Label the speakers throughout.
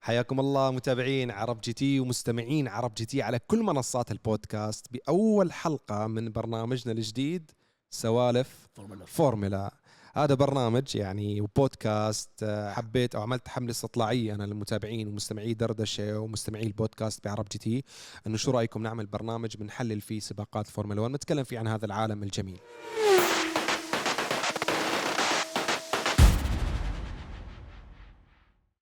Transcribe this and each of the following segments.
Speaker 1: حياكم الله متابعين عرب جي تي ومستمعين عرب جي تي على كل منصات البودكاست بأول حلقة من برنامجنا الجديد سوالف
Speaker 2: فورمولا
Speaker 1: فورمولا هذا برنامج يعني وبودكاست آه، حبيت او عملت حمله استطلاعيه انا للمتابعين ومستمعي دردشه ومستمعي البودكاست بعرب جي تي انه شو رايكم نعمل برنامج بنحلل فيه سباقات الفورمولا 1 نتكلم فيه عن هذا العالم الجميل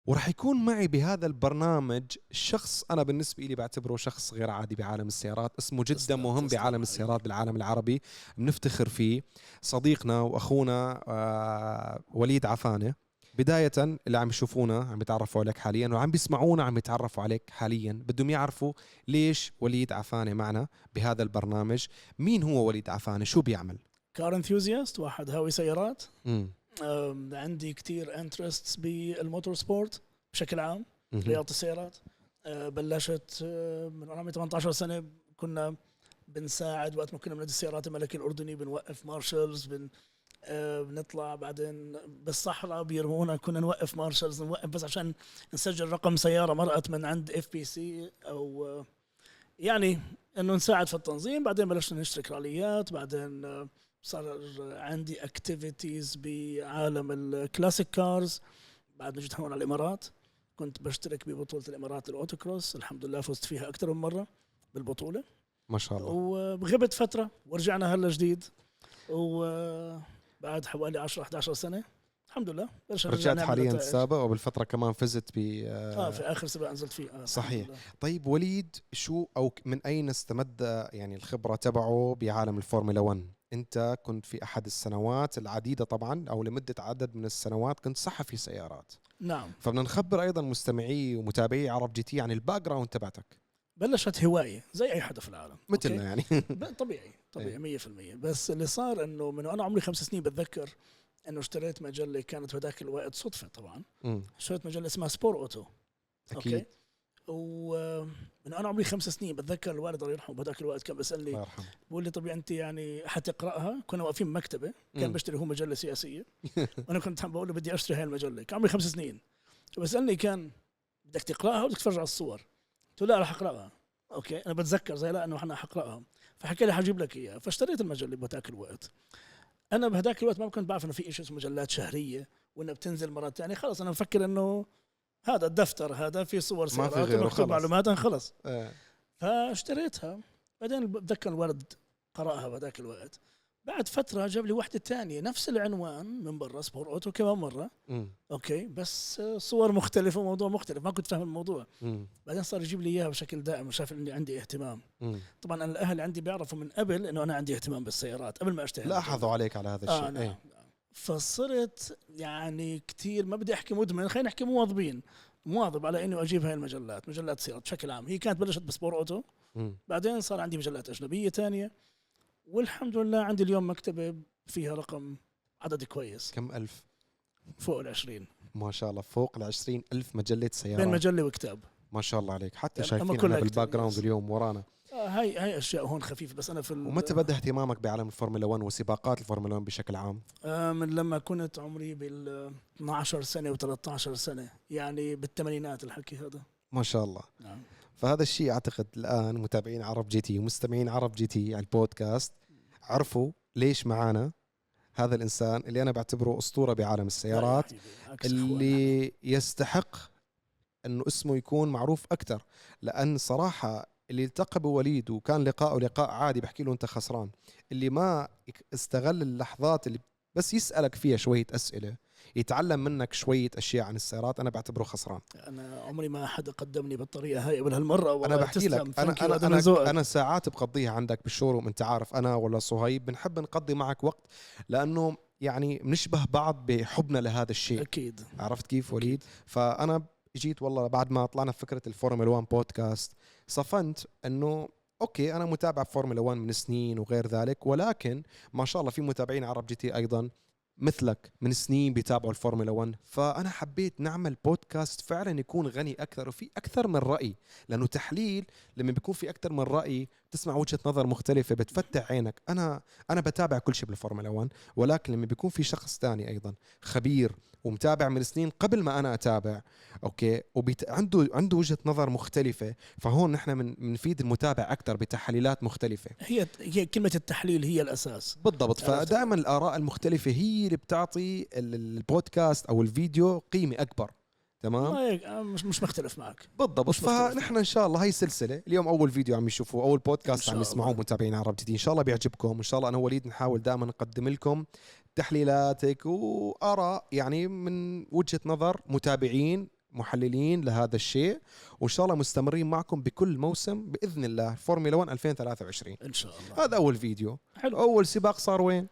Speaker 1: وراح يكون معي بهذا البرنامج شخص انا بالنسبه لي بعتبره شخص غير عادي بعالم السيارات اسمه جدا
Speaker 2: تسلم،
Speaker 1: مهم
Speaker 2: تسلم
Speaker 1: بعالم
Speaker 2: عليك.
Speaker 1: السيارات بالعالم العربي بنفتخر فيه صديقنا واخونا آه، وليد عفانه بداية اللي عم يشوفونا عم يتعرفوا عليك حاليا وعم بيسمعونا عم يتعرفوا عليك حاليا بدهم يعرفوا ليش وليد عفانة معنا بهذا البرنامج مين هو وليد عفانة شو بيعمل
Speaker 2: كار انثيوزياست واحد هاوي سيارات
Speaker 1: مم.
Speaker 2: أم، عندي كتير انترستس بالموتور سبورت بشكل عام
Speaker 1: مهم.
Speaker 2: رياضه السيارات أه، بلشت أه، من وأنا عمري 18 سنه كنا بنساعد وقت ما كنا بنادي السيارات الملكي الاردني بنوقف مارشلز بن أه، بنطلع بعدين بالصحراء بيرمونا كنا نوقف مارشلز نوقف بس عشان نسجل رقم سياره مرقت من عند اف بي سي او أه، يعني انه نساعد في التنظيم بعدين بلشنا نشترك راليات بعدين أه، صار عندي اكتيفيتيز بعالم الكلاسيك كارز بعد ما جيت هون على الامارات كنت بشترك ببطوله الامارات الاوتو كروس الحمد لله فزت فيها اكثر من مره بالبطوله
Speaker 1: ما شاء الله
Speaker 2: وغبت فتره ورجعنا هلا جديد وبعد حوالي 10 11 سنه الحمد لله بلشنا نرجع
Speaker 1: رجعت
Speaker 2: نعمل طيب؟
Speaker 1: حاليا
Speaker 2: نتائج.
Speaker 1: تسابق وبالفترة كمان فزت ب
Speaker 2: اه في اخر سباق نزلت فيه آه الحمد
Speaker 1: صحيح.
Speaker 2: لله.
Speaker 1: طيب وليد شو او ك- من اين استمد يعني الخبره تبعه بعالم الفورمولا 1 انت كنت في احد السنوات العديده طبعا او لمده عدد من السنوات كنت صحفي سيارات
Speaker 2: نعم
Speaker 1: فبدنا نخبر ايضا مستمعي ومتابعي عرب جي تي عن الباك جراوند تبعتك
Speaker 2: بلشت هوايه زي اي حدا في العالم أوكي؟
Speaker 1: مثلنا يعني
Speaker 2: ب- طبيعي
Speaker 1: إيه.
Speaker 2: طبيعي 100% بس اللي صار انه من انا عمري خمس سنين بتذكر انه اشتريت مجله كانت بهذاك الوقت صدفه طبعا
Speaker 1: أمم،
Speaker 2: اشتريت مجله اسمها سبور اوتو
Speaker 1: اكيد
Speaker 2: ومن انا عمري خمس سنين بتذكر الوالد الله يرحمه بهذاك الوقت كان
Speaker 1: الله
Speaker 2: بيسالني
Speaker 1: يرحمه
Speaker 2: بقول لي طب انت يعني حتقراها؟ كنا واقفين بمكتبه كان
Speaker 1: أمم،
Speaker 2: بيشتري هو مجله سياسيه وانا كنت عم بقول له بدي اشتري هاي المجله كان عمري خمس سنين فبسالني كان بدك تقراها ولا تتفرج على الصور؟ قلت له لا رح اقراها اوكي انا بتذكر زي لا انه احنا حقراها فحكى لي حجيب لك اياها فاشتريت المجله بهذاك الوقت انا بهذاك الوقت ما كنت بعرف انه في شيء اسمه مجلات شهريه وانها بتنزل مرات يعني خلص انا مفكر انه هذا الدفتر هذا في صور
Speaker 1: في
Speaker 2: سيارات
Speaker 1: غيره،
Speaker 2: ومكتوب
Speaker 1: خلص.
Speaker 2: معلومات خلص
Speaker 1: آه،
Speaker 2: فاشتريتها بعدين بتذكر الولد قرأها بذاك الوقت بعد فترة جاب لي واحدة تانية نفس العنوان من برا سبور اوتو كمان مرة
Speaker 1: أمم،
Speaker 2: اوكي بس صور مختلفة وموضوع مختلف ما كنت فاهم الموضوع
Speaker 1: أمم،
Speaker 2: بعدين صار يجيب لي اياها بشكل دائم وشاف اني عندي اهتمام
Speaker 1: أمم.
Speaker 2: طبعا انا الاهل عندي بيعرفوا من قبل انه انا عندي اهتمام بالسيارات قبل ما اشتري
Speaker 1: لاحظوا عليك على هذا
Speaker 2: يعني آه
Speaker 1: الشيء
Speaker 2: نعم.
Speaker 1: إيه.
Speaker 2: فصرت يعني كثير ما بدي احكي مدمن خلينا نحكي مواظبين مواظب على انه اجيب هاي المجلات مجلات سيارات بشكل عام هي كانت بلشت بسبور اوتو
Speaker 1: أمم،
Speaker 2: بعدين صار عندي مجلات أجنبية تانية والحمد لله عندي اليوم مكتبة فيها رقم عدد كويس
Speaker 1: كم الف
Speaker 2: فوق العشرين
Speaker 1: ما شاء الله فوق ال 20 الف مجله
Speaker 2: بين
Speaker 1: سيارات
Speaker 2: مجلة وكتاب
Speaker 1: ما شاء الله عليك حتى
Speaker 2: يعني
Speaker 1: شايفين
Speaker 2: أما
Speaker 1: أنا
Speaker 2: كلها
Speaker 1: بالباك
Speaker 2: كتير،
Speaker 1: جراوند
Speaker 2: يس.
Speaker 1: اليوم ورانا
Speaker 2: آه هاي هاي أشياء هون خفيفة بس أنا في ال-
Speaker 1: ومتى بدا اهتمامك بعالم الفورمولا 1 وسباقات الفورمولا 1 بشكل عام؟
Speaker 2: آه من لما كنت عمري بال 12 سنة و13 سنة يعني بالثمانينات الحكي هذا
Speaker 1: ما شاء الله
Speaker 2: نعم
Speaker 1: فهذا الشيء اعتقد الان متابعين عرب جي تي ومستمعين عرب جي تي على البودكاست عرفوا ليش معانا هذا الانسان اللي انا بعتبره اسطوره بعالم السيارات
Speaker 2: لا يا حبيبي، عكس أخواننا.
Speaker 1: اللي يستحق انه اسمه يكون معروف اكثر لان صراحه اللي التقى بوليد وكان لقاءه لقاء عادي بحكي له انت خسران اللي ما استغل اللحظات اللي بس يسالك فيها شويه اسئله يتعلم منك شويه اشياء عن السيارات انا بعتبره خسران
Speaker 2: أنا عمري ما حدا قدمني بالطريقة هاي قبل هالمرة
Speaker 1: انا
Speaker 2: والله
Speaker 1: بحكي
Speaker 2: تسلم.
Speaker 1: لك انا
Speaker 2: Thank you، هذا من
Speaker 1: انا
Speaker 2: ذوقك.
Speaker 1: انا, أنا ساعات بقضيها عندك بالشوروم انت عارف انا ولا صهيب بنحب نقضي معك وقت لانه يعني بنشبه بعض بحبنا لهذا الشيء
Speaker 2: أكيد
Speaker 1: عرفت كيف وليد فانا جيت والله بعد ما طلعنا فكره الفورمولا 1 بودكاست صفنت انه اوكي انا متابع فورمولا 1 من سنين وغير ذلك ولكن ما شاء الله في متابعين عرب جي تي ايضا مثلك من سنين بيتابعوا الفورمولا 1 فانا حبيت نعمل بودكاست فعلا يكون غني اكثر وفي اكثر من راي لانه تحليل لما بيكون في اكثر من راي تسمع وجهه نظر مختلفه بتفتح عينك انا انا بتابع كل شيء بالفورمولا 1 ولكن لما بيكون في شخص ثاني ايضا خبير ومتابع من سنين قبل ما انا اتابع اوكي وبيت... عنده عنده وجهه نظر مختلفه فهون نحن من... بنفيد المتابع اكثر بتحليلات مختلفه
Speaker 2: هي هي كلمه التحليل هي الاساس
Speaker 1: بالضبط
Speaker 2: عرفت.
Speaker 1: فدائما الاراء المختلفه هي اللي بتعطي ال- البودكاست او الفيديو قيمه اكبر تمام
Speaker 2: ما هيك، أنا آه، مش مش مختلف معك
Speaker 1: بالضبط
Speaker 2: مش مختلف.
Speaker 1: فنحن ان شاء الله هاي سلسله اليوم اول فيديو عم يشوفوه اول
Speaker 2: إن
Speaker 1: بودكاست
Speaker 2: شاء
Speaker 1: عم يسمعوه
Speaker 2: الله.
Speaker 1: متابعين عرب جديد ان شاء الله بيعجبكم ان شاء الله انا ووليد نحاول دائما نقدم لكم تحليلاتك واراء يعني من وجهه نظر متابعين محللين لهذا الشيء وان شاء الله مستمرين معكم بكل موسم باذن الله فورمولا 1 2023
Speaker 2: ان شاء الله
Speaker 1: هذا اول فيديو
Speaker 2: حلو
Speaker 1: اول سباق صار وين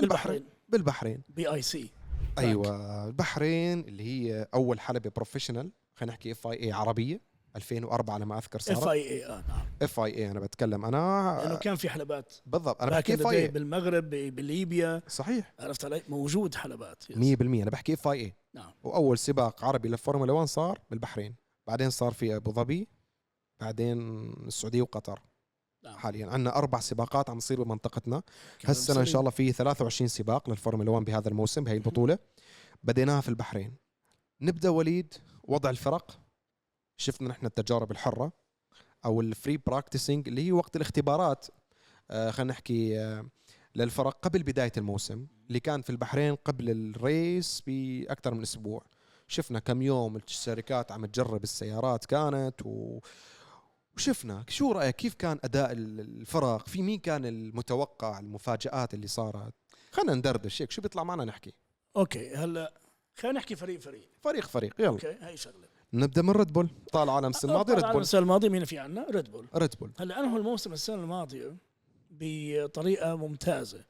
Speaker 2: بالبحرين
Speaker 1: بالبحرين
Speaker 2: بي اي سي تاك.
Speaker 1: ايوه البحرين اللي هي اول حلبه بروفيشنال خلينا نحكي اف اي اي عربيه 2004 على ما اذكر
Speaker 2: اف
Speaker 1: صارت
Speaker 2: اي اي نعم
Speaker 1: اف اي اي انا بتكلم
Speaker 2: لانه
Speaker 1: انا
Speaker 2: كان في حلبات
Speaker 1: بالضبط انا
Speaker 2: باك
Speaker 1: بحكي
Speaker 2: إن
Speaker 1: اف
Speaker 2: ذا
Speaker 1: اي
Speaker 2: داي
Speaker 1: اي
Speaker 2: بالمغرب ب- بليبيا
Speaker 1: صحيح 100%
Speaker 2: عرفت علي موجود حلبات يس.
Speaker 1: انا بحكي اف اي اي
Speaker 2: نعم.
Speaker 1: واول سباق عربي للفورمولا 1 صار بالبحرين بعدين صار في ابو ظبي بعدين السعوديه وقطر
Speaker 2: نعم.
Speaker 1: حاليا عندنا اربع سباقات عم تصير بمنطقتنا
Speaker 2: كلام
Speaker 1: هالسنه ان
Speaker 2: سليم.
Speaker 1: شاء الله في 23 سباق للفورمولا 1 بهذا الموسم بهي البطوله بديناها في البحرين نبدا وليد وضع الفرق شفنا نحن التجارب الحره او الفري براكتسنج اللي هي وقت الاختبارات آه خلينا نحكي آه للفرق قبل بدايه الموسم اللي كان في البحرين قبل الريس باكثر من اسبوع شفنا كم يوم الشركات عم تجرب السيارات كانت و... وشفنا شو رايك كيف كان اداء ال- الفرق في مين كان المتوقع المفاجات اللي صارت خلينا ندردش هيك شو بيطلع معنا نحكي
Speaker 2: اوكي هلا خلينا نحكي فريق فريق
Speaker 1: فريق فريق يلا
Speaker 2: اوكي هاي شغله
Speaker 1: نبدا من ريد بول آه، طالع على الموسم الماضي ريد بول
Speaker 2: السنه الماضيه مين في عنا ريد بول
Speaker 1: ريد بول
Speaker 2: هلا انهوا الموسم السنه الماضيه بطريقه ممتازه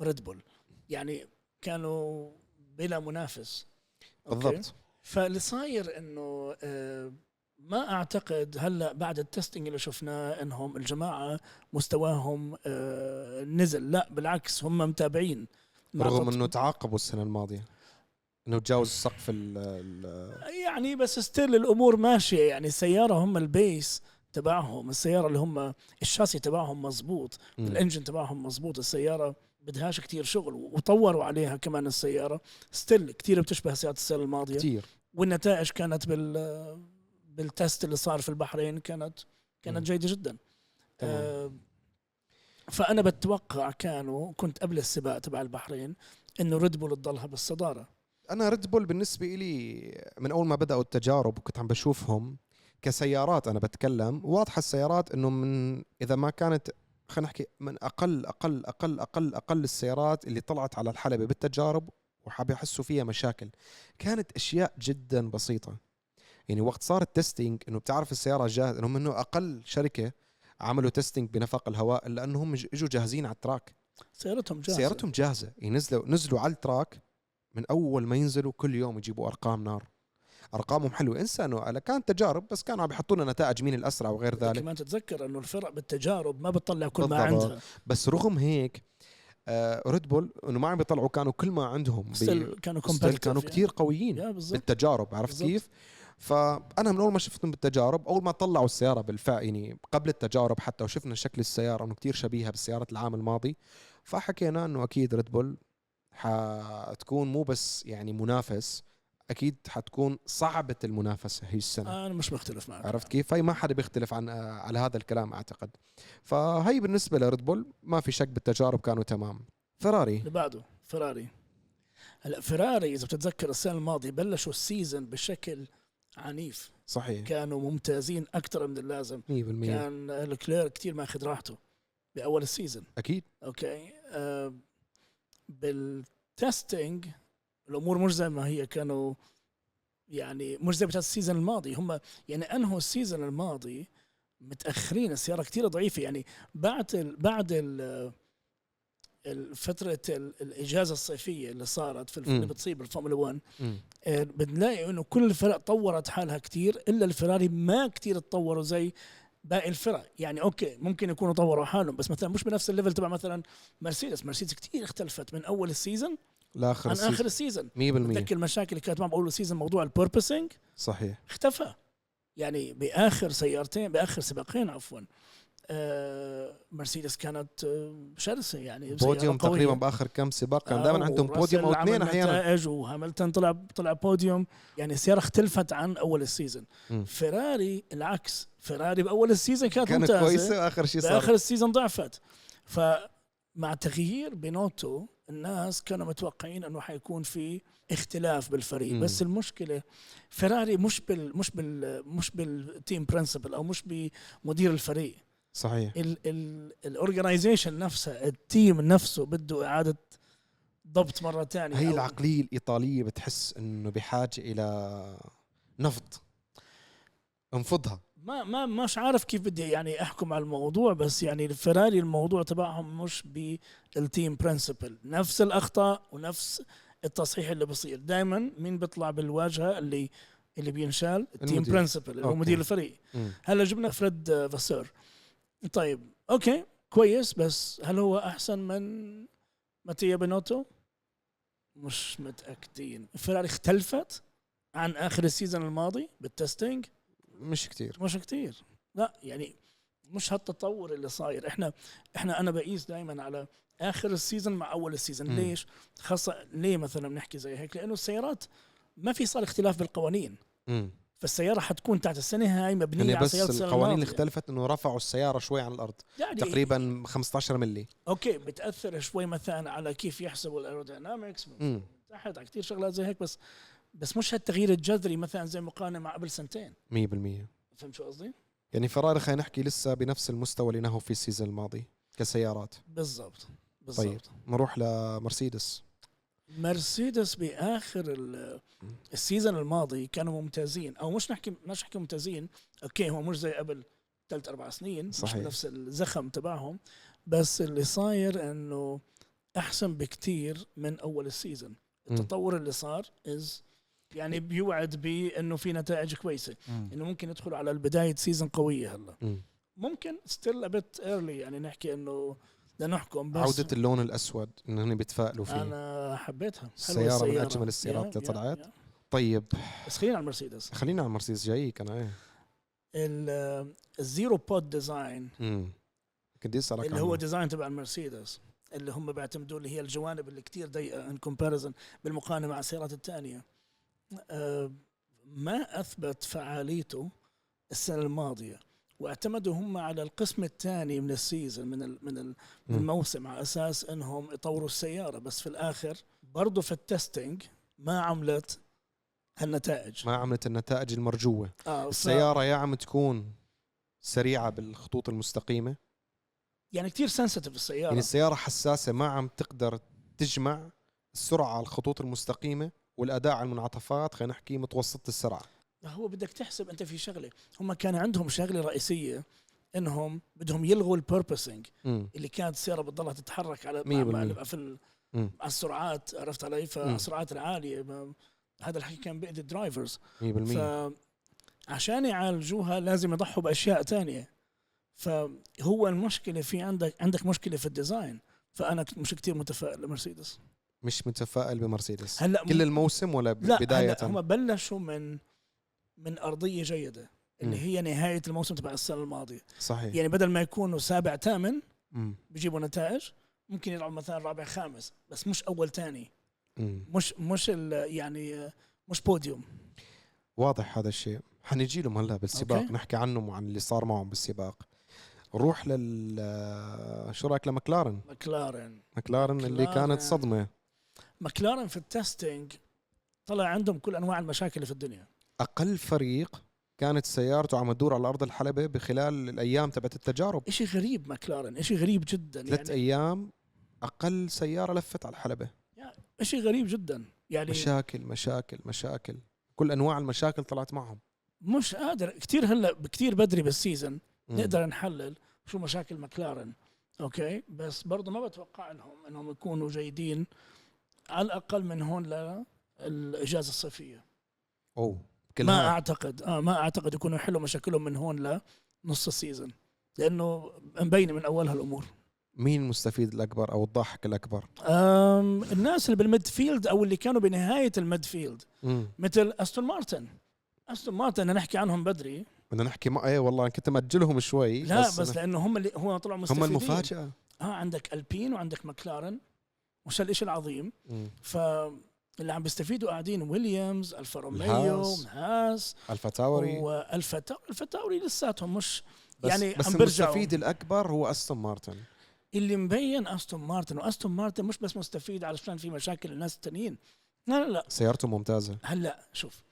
Speaker 2: ريد بول يعني كانوا بلا منافس أوكي؟
Speaker 1: بالضبط
Speaker 2: فاللي صاير انه آه، ما اعتقد هلا بعد التستنج اللي شفناه انهم الجماعه مستواهم آه، نزل لا بالعكس هم متابعين مع
Speaker 1: رغم
Speaker 2: تط-
Speaker 1: انه تعاقبوا السنه الماضيه انه تجاوز سقف ال- ال-
Speaker 2: يعني بس ستيل الامور ماشيه يعني السياره هم البيس تبعهم السياره اللي هم الشاسي تبعهم مزبوط
Speaker 1: مم.
Speaker 2: الانجن تبعهم مزبوط السياره بدهاش كتير شغل وطوروا عليها كمان السياره ستيل كتير بتشبه سياره السنه الماضيه
Speaker 1: كثير
Speaker 2: والنتائج كانت بال بالتست اللي صار في البحرين كانت
Speaker 1: مم.
Speaker 2: كانت جيده جدا
Speaker 1: تمام.
Speaker 2: آه، فانا بتوقع كانوا كنت قبل السباق تبع البحرين انه ريد بول تضلها بالصداره
Speaker 1: انا ريد بول بالنسبه لي من اول ما بداوا التجارب وكنت عم بشوفهم كسيارات انا بتكلم واضحه السيارات انه من اذا ما كانت خلينا نحكي من اقل اقل اقل اقل اقل السيارات اللي طلعت على الحلبه بالتجارب وحاب يحسوا فيها مشاكل كانت اشياء جدا بسيطه يعني وقت صار التستينج انه بتعرف السياره جاهزه انهم انه اقل شركه عملوا تستينج بنفق الهواء لانهم اجوا جاهزين على التراك
Speaker 2: سيارتهم جاهزه
Speaker 1: سيارتهم جاهزه ينزلوا نزلوا على التراك من اول ما ينزلوا كل يوم يجيبوا ارقام نار ارقامهم حلوه انسى انه ألا كان تجارب بس كانوا عم يحطوا لنا نتائج مين الاسرع وغير
Speaker 2: بدك
Speaker 1: ذلك
Speaker 2: كمان تتذكر انه الفرق بالتجارب ما بتطلع كل ما
Speaker 1: بالضبط.
Speaker 2: عندها
Speaker 1: بس رغم هيك آه ريد بول انه ما عم يطلعوا كانوا كل ما عندهم بي-
Speaker 2: ستيل كانوا
Speaker 1: ستيل
Speaker 2: competitive
Speaker 1: كانوا
Speaker 2: يعني.
Speaker 1: كتير قويين
Speaker 2: يا بالضبط
Speaker 1: بالتجارب عرفت
Speaker 2: بالضبط.
Speaker 1: كيف؟ فانا من اول ما شفتهم بالتجارب اول ما طلعوا السياره بالفعل يعني قبل التجارب حتى وشفنا شكل السياره انه كتير شبيهه بالسيارات العام الماضي فحكينا انه اكيد ريد بول حتكون مو بس يعني منافس اكيد حتكون صعبه المنافسه هي السنه
Speaker 2: انا مش مختلف معك
Speaker 1: عرفت كيف؟ فهي ما حدا بيختلف عن آه، على هذا الكلام اعتقد فهي بالنسبه لريد بول ما في شك بالتجارب كانوا تمام فراري
Speaker 2: اللي بعده فراري هلا فراري اذا بتتذكر السنه الماضيه بلشوا السيزون بشكل عنيف
Speaker 1: صحيح 100%
Speaker 2: كانوا ممتازين اكثر من اللازم كان لوكلير كثير ماخذ راحته باول السيزون
Speaker 1: اكيد
Speaker 2: اوكي آه بالتستنج الامور مش زي ما هي كانوا يعني مش زي بتاع السيزون الماضي هم يعني انهوا السيزون الماضي متاخرين السياره كثير ضعيفه يعني بعد ال بعد ال فترة الإجازة الصيفية اللي صارت في الف-
Speaker 1: مم.
Speaker 2: اللي بتصيب الفورمولا 1
Speaker 1: مم.
Speaker 2: آه، بنلاقي انه كل الفرق طورت حالها كتير الا الفراري ما كتير تطوروا زي باقي الفرق يعني اوكي ممكن يكونوا طوروا حالهم بس مثلا مش بنفس الليفل تبع مثلا مرسيدس مرسيدس كتير اختلفت من اول السيزون
Speaker 1: لاخر
Speaker 2: عن
Speaker 1: السيزون
Speaker 2: اخر السيزون
Speaker 1: 100%
Speaker 2: بتذكر المشاكل اللي كانت معهم باول السيزون موضوع البوربسنج
Speaker 1: صحيح
Speaker 2: اختفى يعني باخر سيارتين باخر سباقين عفوا آه، مرسيدس كانت آه، شرسه يعني سيارة
Speaker 1: بوديوم
Speaker 2: قوية.
Speaker 1: تقريبا باخر كم سباق كان دائما
Speaker 2: آه،
Speaker 1: عندهم بوديوم او
Speaker 2: وراسل
Speaker 1: اثنين
Speaker 2: عمل
Speaker 1: احيانا
Speaker 2: نتائج وهاملتون طلع طلع بوديوم يعني السياره اختلفت عن اول السيزون
Speaker 1: مم.
Speaker 2: فيراري العكس فيراري باول السيزون كانت
Speaker 1: كانت
Speaker 2: ممتازه
Speaker 1: كويسه واخر شيء صار
Speaker 2: باخر السيزون ضعفت فمع تغيير بينوتو الناس كانوا متوقعين انه حيكون في اختلاف بالفريق
Speaker 1: مم.
Speaker 2: مم. بس المشكله فيراري مش بال مش بال مش بالتيم برنسبل او مش بمدير الفريق
Speaker 1: صحيح
Speaker 2: الاورجنايزيشن نفسها التيم نفسه بده اعاده ضبط مره ثانيه
Speaker 1: هي العقليه الايطاليه بتحس انه بحاجه الى نفض انفضها
Speaker 2: ما ما مش عارف كيف بدي يعني احكم على الموضوع بس يعني الفراري الموضوع تبعهم مش بالتيم برنسبل نفس الاخطاء ونفس التصحيح اللي بصير دائما مين بيطلع بالواجهه اللي اللي بينشال التيم
Speaker 1: المدير.
Speaker 2: برنسبل اللي هو
Speaker 1: أوكي.
Speaker 2: مدير الفريق
Speaker 1: مم.
Speaker 2: هلا جبنا فريد آه، فاسور طيب اوكي كويس بس هل هو احسن من ماتيا بينوتو مش متاكدين الفراري اختلفت عن اخر السيزون الماضي بالتستنج
Speaker 1: مش كتير
Speaker 2: مش كتير لا يعني مش هالتطور اللي صاير احنا احنا انا بقيس دائما على اخر السيزون مع اول السيزون
Speaker 1: مم.
Speaker 2: ليش خاصه ليه مثلا بنحكي زي هيك لانه السيارات ما في صار اختلاف بالقوانين
Speaker 1: مم.
Speaker 2: فالسياره حتكون تحت السنه هاي مبنيه
Speaker 1: يعني
Speaker 2: على
Speaker 1: بس
Speaker 2: سياره السنه
Speaker 1: القوانين اللي
Speaker 2: الماضيه
Speaker 1: اختلفت انه رفعوا السياره شوي عن الارض
Speaker 2: يعني
Speaker 1: تقريبا 15 ملي
Speaker 2: اوكي بتاثر شوي مثلا على كيف يحسبوا الايروداينامكس من
Speaker 1: مم.
Speaker 2: تحت على كثير شغلات زي هيك بس بس مش هالتغيير الجذري مثلا زي مقارنه مع قبل سنتين
Speaker 1: 100%
Speaker 2: فهمت شو قصدي؟
Speaker 1: يعني فراري خلينا نحكي لسه بنفس المستوى اللي نهوا فيه السيزون الماضي كسيارات
Speaker 2: بالضبط بالضبط
Speaker 1: نروح لمرسيدس
Speaker 2: مرسيدس باخر ال- السيزون الماضي كانوا ممتازين او مش نحكي مش نحكي ممتازين اوكي هو مش زي قبل ثلاث اربع سنين
Speaker 1: صحيح.
Speaker 2: مش بنفس الزخم تبعهم بس اللي صاير انه احسن بكتير من اول السيزون
Speaker 1: مم.
Speaker 2: التطور اللي صار از يعني بيوعد بانه في نتائج كويسه انه ممكن يدخلوا على البدايه سيزون قويه هلا
Speaker 1: مم.
Speaker 2: ممكن ستيل ابت ايرلي يعني نحكي انه لنحكم بس
Speaker 1: عودة اللون الأسود إن هن بيتفائلوا فيه
Speaker 2: انا حبيتها حلوة
Speaker 1: السيارة من أجمل السيارات
Speaker 2: يا-
Speaker 1: اللي
Speaker 2: يا-
Speaker 1: طلعت.
Speaker 2: يا.
Speaker 1: طيب
Speaker 2: بس خلينا على المرسيدس
Speaker 1: خلينا على المرسيدس جايك أنا إيه
Speaker 2: ال- الزيرو بود ديزاين
Speaker 1: مم. كنت أسألك
Speaker 2: اللي هو
Speaker 1: عنه.
Speaker 2: ديزاين تبع المرسيدس اللي هم بيعتمدوا اللي هي الجوانب اللي كتير ضيقه ان كومباريزن بالمقارنه مع السيارات الثانيه آه، ما اثبت فعاليته السنه الماضيه واعتمدوا هم على القسم الثاني من السيزون من ال- من ال- من
Speaker 1: مم.
Speaker 2: الموسم على اساس انهم يطوروا السياره بس في الاخر برضه في التستنج ما عملت هالنتائج
Speaker 1: ما عملت النتائج المرجوة
Speaker 2: آه ف-
Speaker 1: السيارة يا عم تكون سريعة بالخطوط المستقيمة
Speaker 2: يعني كتير سنسيتيف السياره
Speaker 1: يعني السيارة حساسة ما عم تقدر تجمع السرعة على الخطوط المستقيمة والأداء على المنعطفات خلينا نحكي متوسط السرعة
Speaker 2: هو بدك تحسب انت في شغله هم كان عندهم شغله رئيسيه انهم بدهم يلغوا البيربسنج
Speaker 1: مم.
Speaker 2: اللي كانت السياره بتضلها تتحرك على
Speaker 1: مية
Speaker 2: مع- مع-
Speaker 1: بالمية.
Speaker 2: في ال-
Speaker 1: مم.
Speaker 2: على السرعات عرفت علي
Speaker 1: مم.
Speaker 2: فالسرعات العاليه ما- هذا الحكي كان بيأذي الدرايفرز
Speaker 1: 100%
Speaker 2: فعشان يعالجوها لازم يضحوا باشياء تانية فهو المشكله في عندك عندك مشكله في الديزاين فانا كنت مش كتير متفائل لمرسيدس
Speaker 1: مش متفائل بمرسيدس
Speaker 2: هلا
Speaker 1: كل الموسم ولا ب-
Speaker 2: لا
Speaker 1: بداية
Speaker 2: بداية هم بلشوا من من ارضيه جيده اللي
Speaker 1: مم. إيه.
Speaker 2: هي نهايه الموسم تبع السنه الماضيه
Speaker 1: صحيح
Speaker 2: يعني بدل ما يكونوا سابع ثامن
Speaker 1: مم.
Speaker 2: بيجيبوا نتائج ممكن يلعبوا مثلا رابع خامس بس مش اول ثاني
Speaker 1: مم.
Speaker 2: مش مش ال- يعني مش بوديوم
Speaker 1: واضح هذا الشيء حنجي لهم هلا بالسباق
Speaker 2: أوكي.
Speaker 1: نحكي عنهم وعن اللي صار معهم بالسباق نروح لل شو رايك لمكلارن
Speaker 2: مكلارن
Speaker 1: مكلارن اللي
Speaker 2: مكلارن.
Speaker 1: كانت صدمه
Speaker 2: مكلارن في التستنج طلع عندهم كل انواع المشاكل اللي في الدنيا
Speaker 1: اقل فريق كانت سيارته عم تدور على ارض الحلبه بخلال الايام تبعت التجارب
Speaker 2: اشي غريب مكلارن اشي غريب جدا
Speaker 1: ثلاث
Speaker 2: يعني
Speaker 1: ايام اقل سياره لفت على الحلبه
Speaker 2: اشي غريب جدا يعني
Speaker 1: مشاكل مشاكل مشاكل كل انواع المشاكل طلعت معهم
Speaker 2: مش قادر كتير هلا كتير بدري بالسيزون
Speaker 1: مم.
Speaker 2: نقدر نحلل شو مشاكل مكلارن اوكي بس برضه ما بتوقع انهم انهم يكونوا جيدين على الاقل من هون للاجازه الصيفيه
Speaker 1: اوه
Speaker 2: ما
Speaker 1: كلها
Speaker 2: اعتقد اه ما اعتقد يكونوا يحلوا مشاكلهم من هون لنص السيزون لانه مبينه من اولها الامور
Speaker 1: مين المستفيد الاكبر او الضاحك الاكبر
Speaker 2: أم الناس اللي بالميدفيلد او اللي كانوا بنهايه الميدفيلد
Speaker 1: مم.
Speaker 2: مثل استون مارتن استون مارتن نحكي عنهم بدري
Speaker 1: بدنا نحكي ما ايه والله كنت مأجلهم شوي
Speaker 2: لا بس,
Speaker 1: إيه، أنا-
Speaker 2: لانه هم اللي هو طلعوا مستفيدين
Speaker 1: هم المفاجأة
Speaker 2: اه عندك البين وعندك مكلارن وش الشيء العظيم
Speaker 1: مم.
Speaker 2: فاللي عم بيستفيدوا قاعدين ويليامز الفا روميو
Speaker 1: الهاس.
Speaker 2: نهاس
Speaker 1: الفا تاوري
Speaker 2: والفا تاوري الفا تاوري لساتهم مش
Speaker 1: بس
Speaker 2: يعني
Speaker 1: بس
Speaker 2: عم بيرجعوا
Speaker 1: المستفيد الاكبر هو استون مارتن
Speaker 2: اللي مبين استون مارتن واستون مارتن مش بس مستفيد علشان في مشاكل الناس التانيين لا لا لا
Speaker 1: سيارته ممتازه
Speaker 2: هلا شوف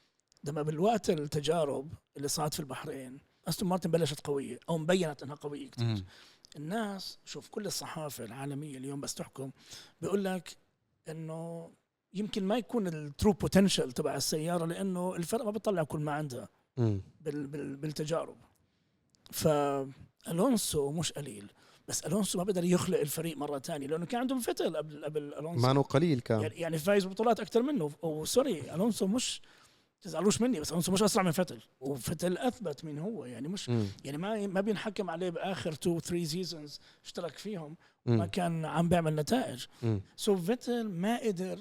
Speaker 2: لما بالوقت التجارب اللي صارت في البحرين استون مارتن بلشت قويه او مبينت انها قويه كتير الناس شوف كل الصحافه العالميه اليوم بس تحكم بيقول لك انه يمكن ما يكون الترو بوتنشال تبع السياره لانه الفرق ما بتطلع كل ما عندها
Speaker 1: مم.
Speaker 2: بال بال بالتجارب فالونسو مش قليل بس الونسو ما بقدر يخلق الفريق مره ثانيه لانه كان عندهم فتل قبل قبل الونسو
Speaker 1: مانو قليل كان
Speaker 2: يعني يعني فايز ببطولات اكثر منه وسوري الونسو مش تزعلوش مني بس الونسو مش اسرع من فتل وفتل اثبت مين هو يعني مش
Speaker 1: مم.
Speaker 2: يعني ما ما بينحكم عليه باخر تو 3 سيزونز اشترك فيهم ما
Speaker 1: مم.
Speaker 2: كان عم بيعمل نتائج
Speaker 1: مم.
Speaker 2: سو فيتل ما قدر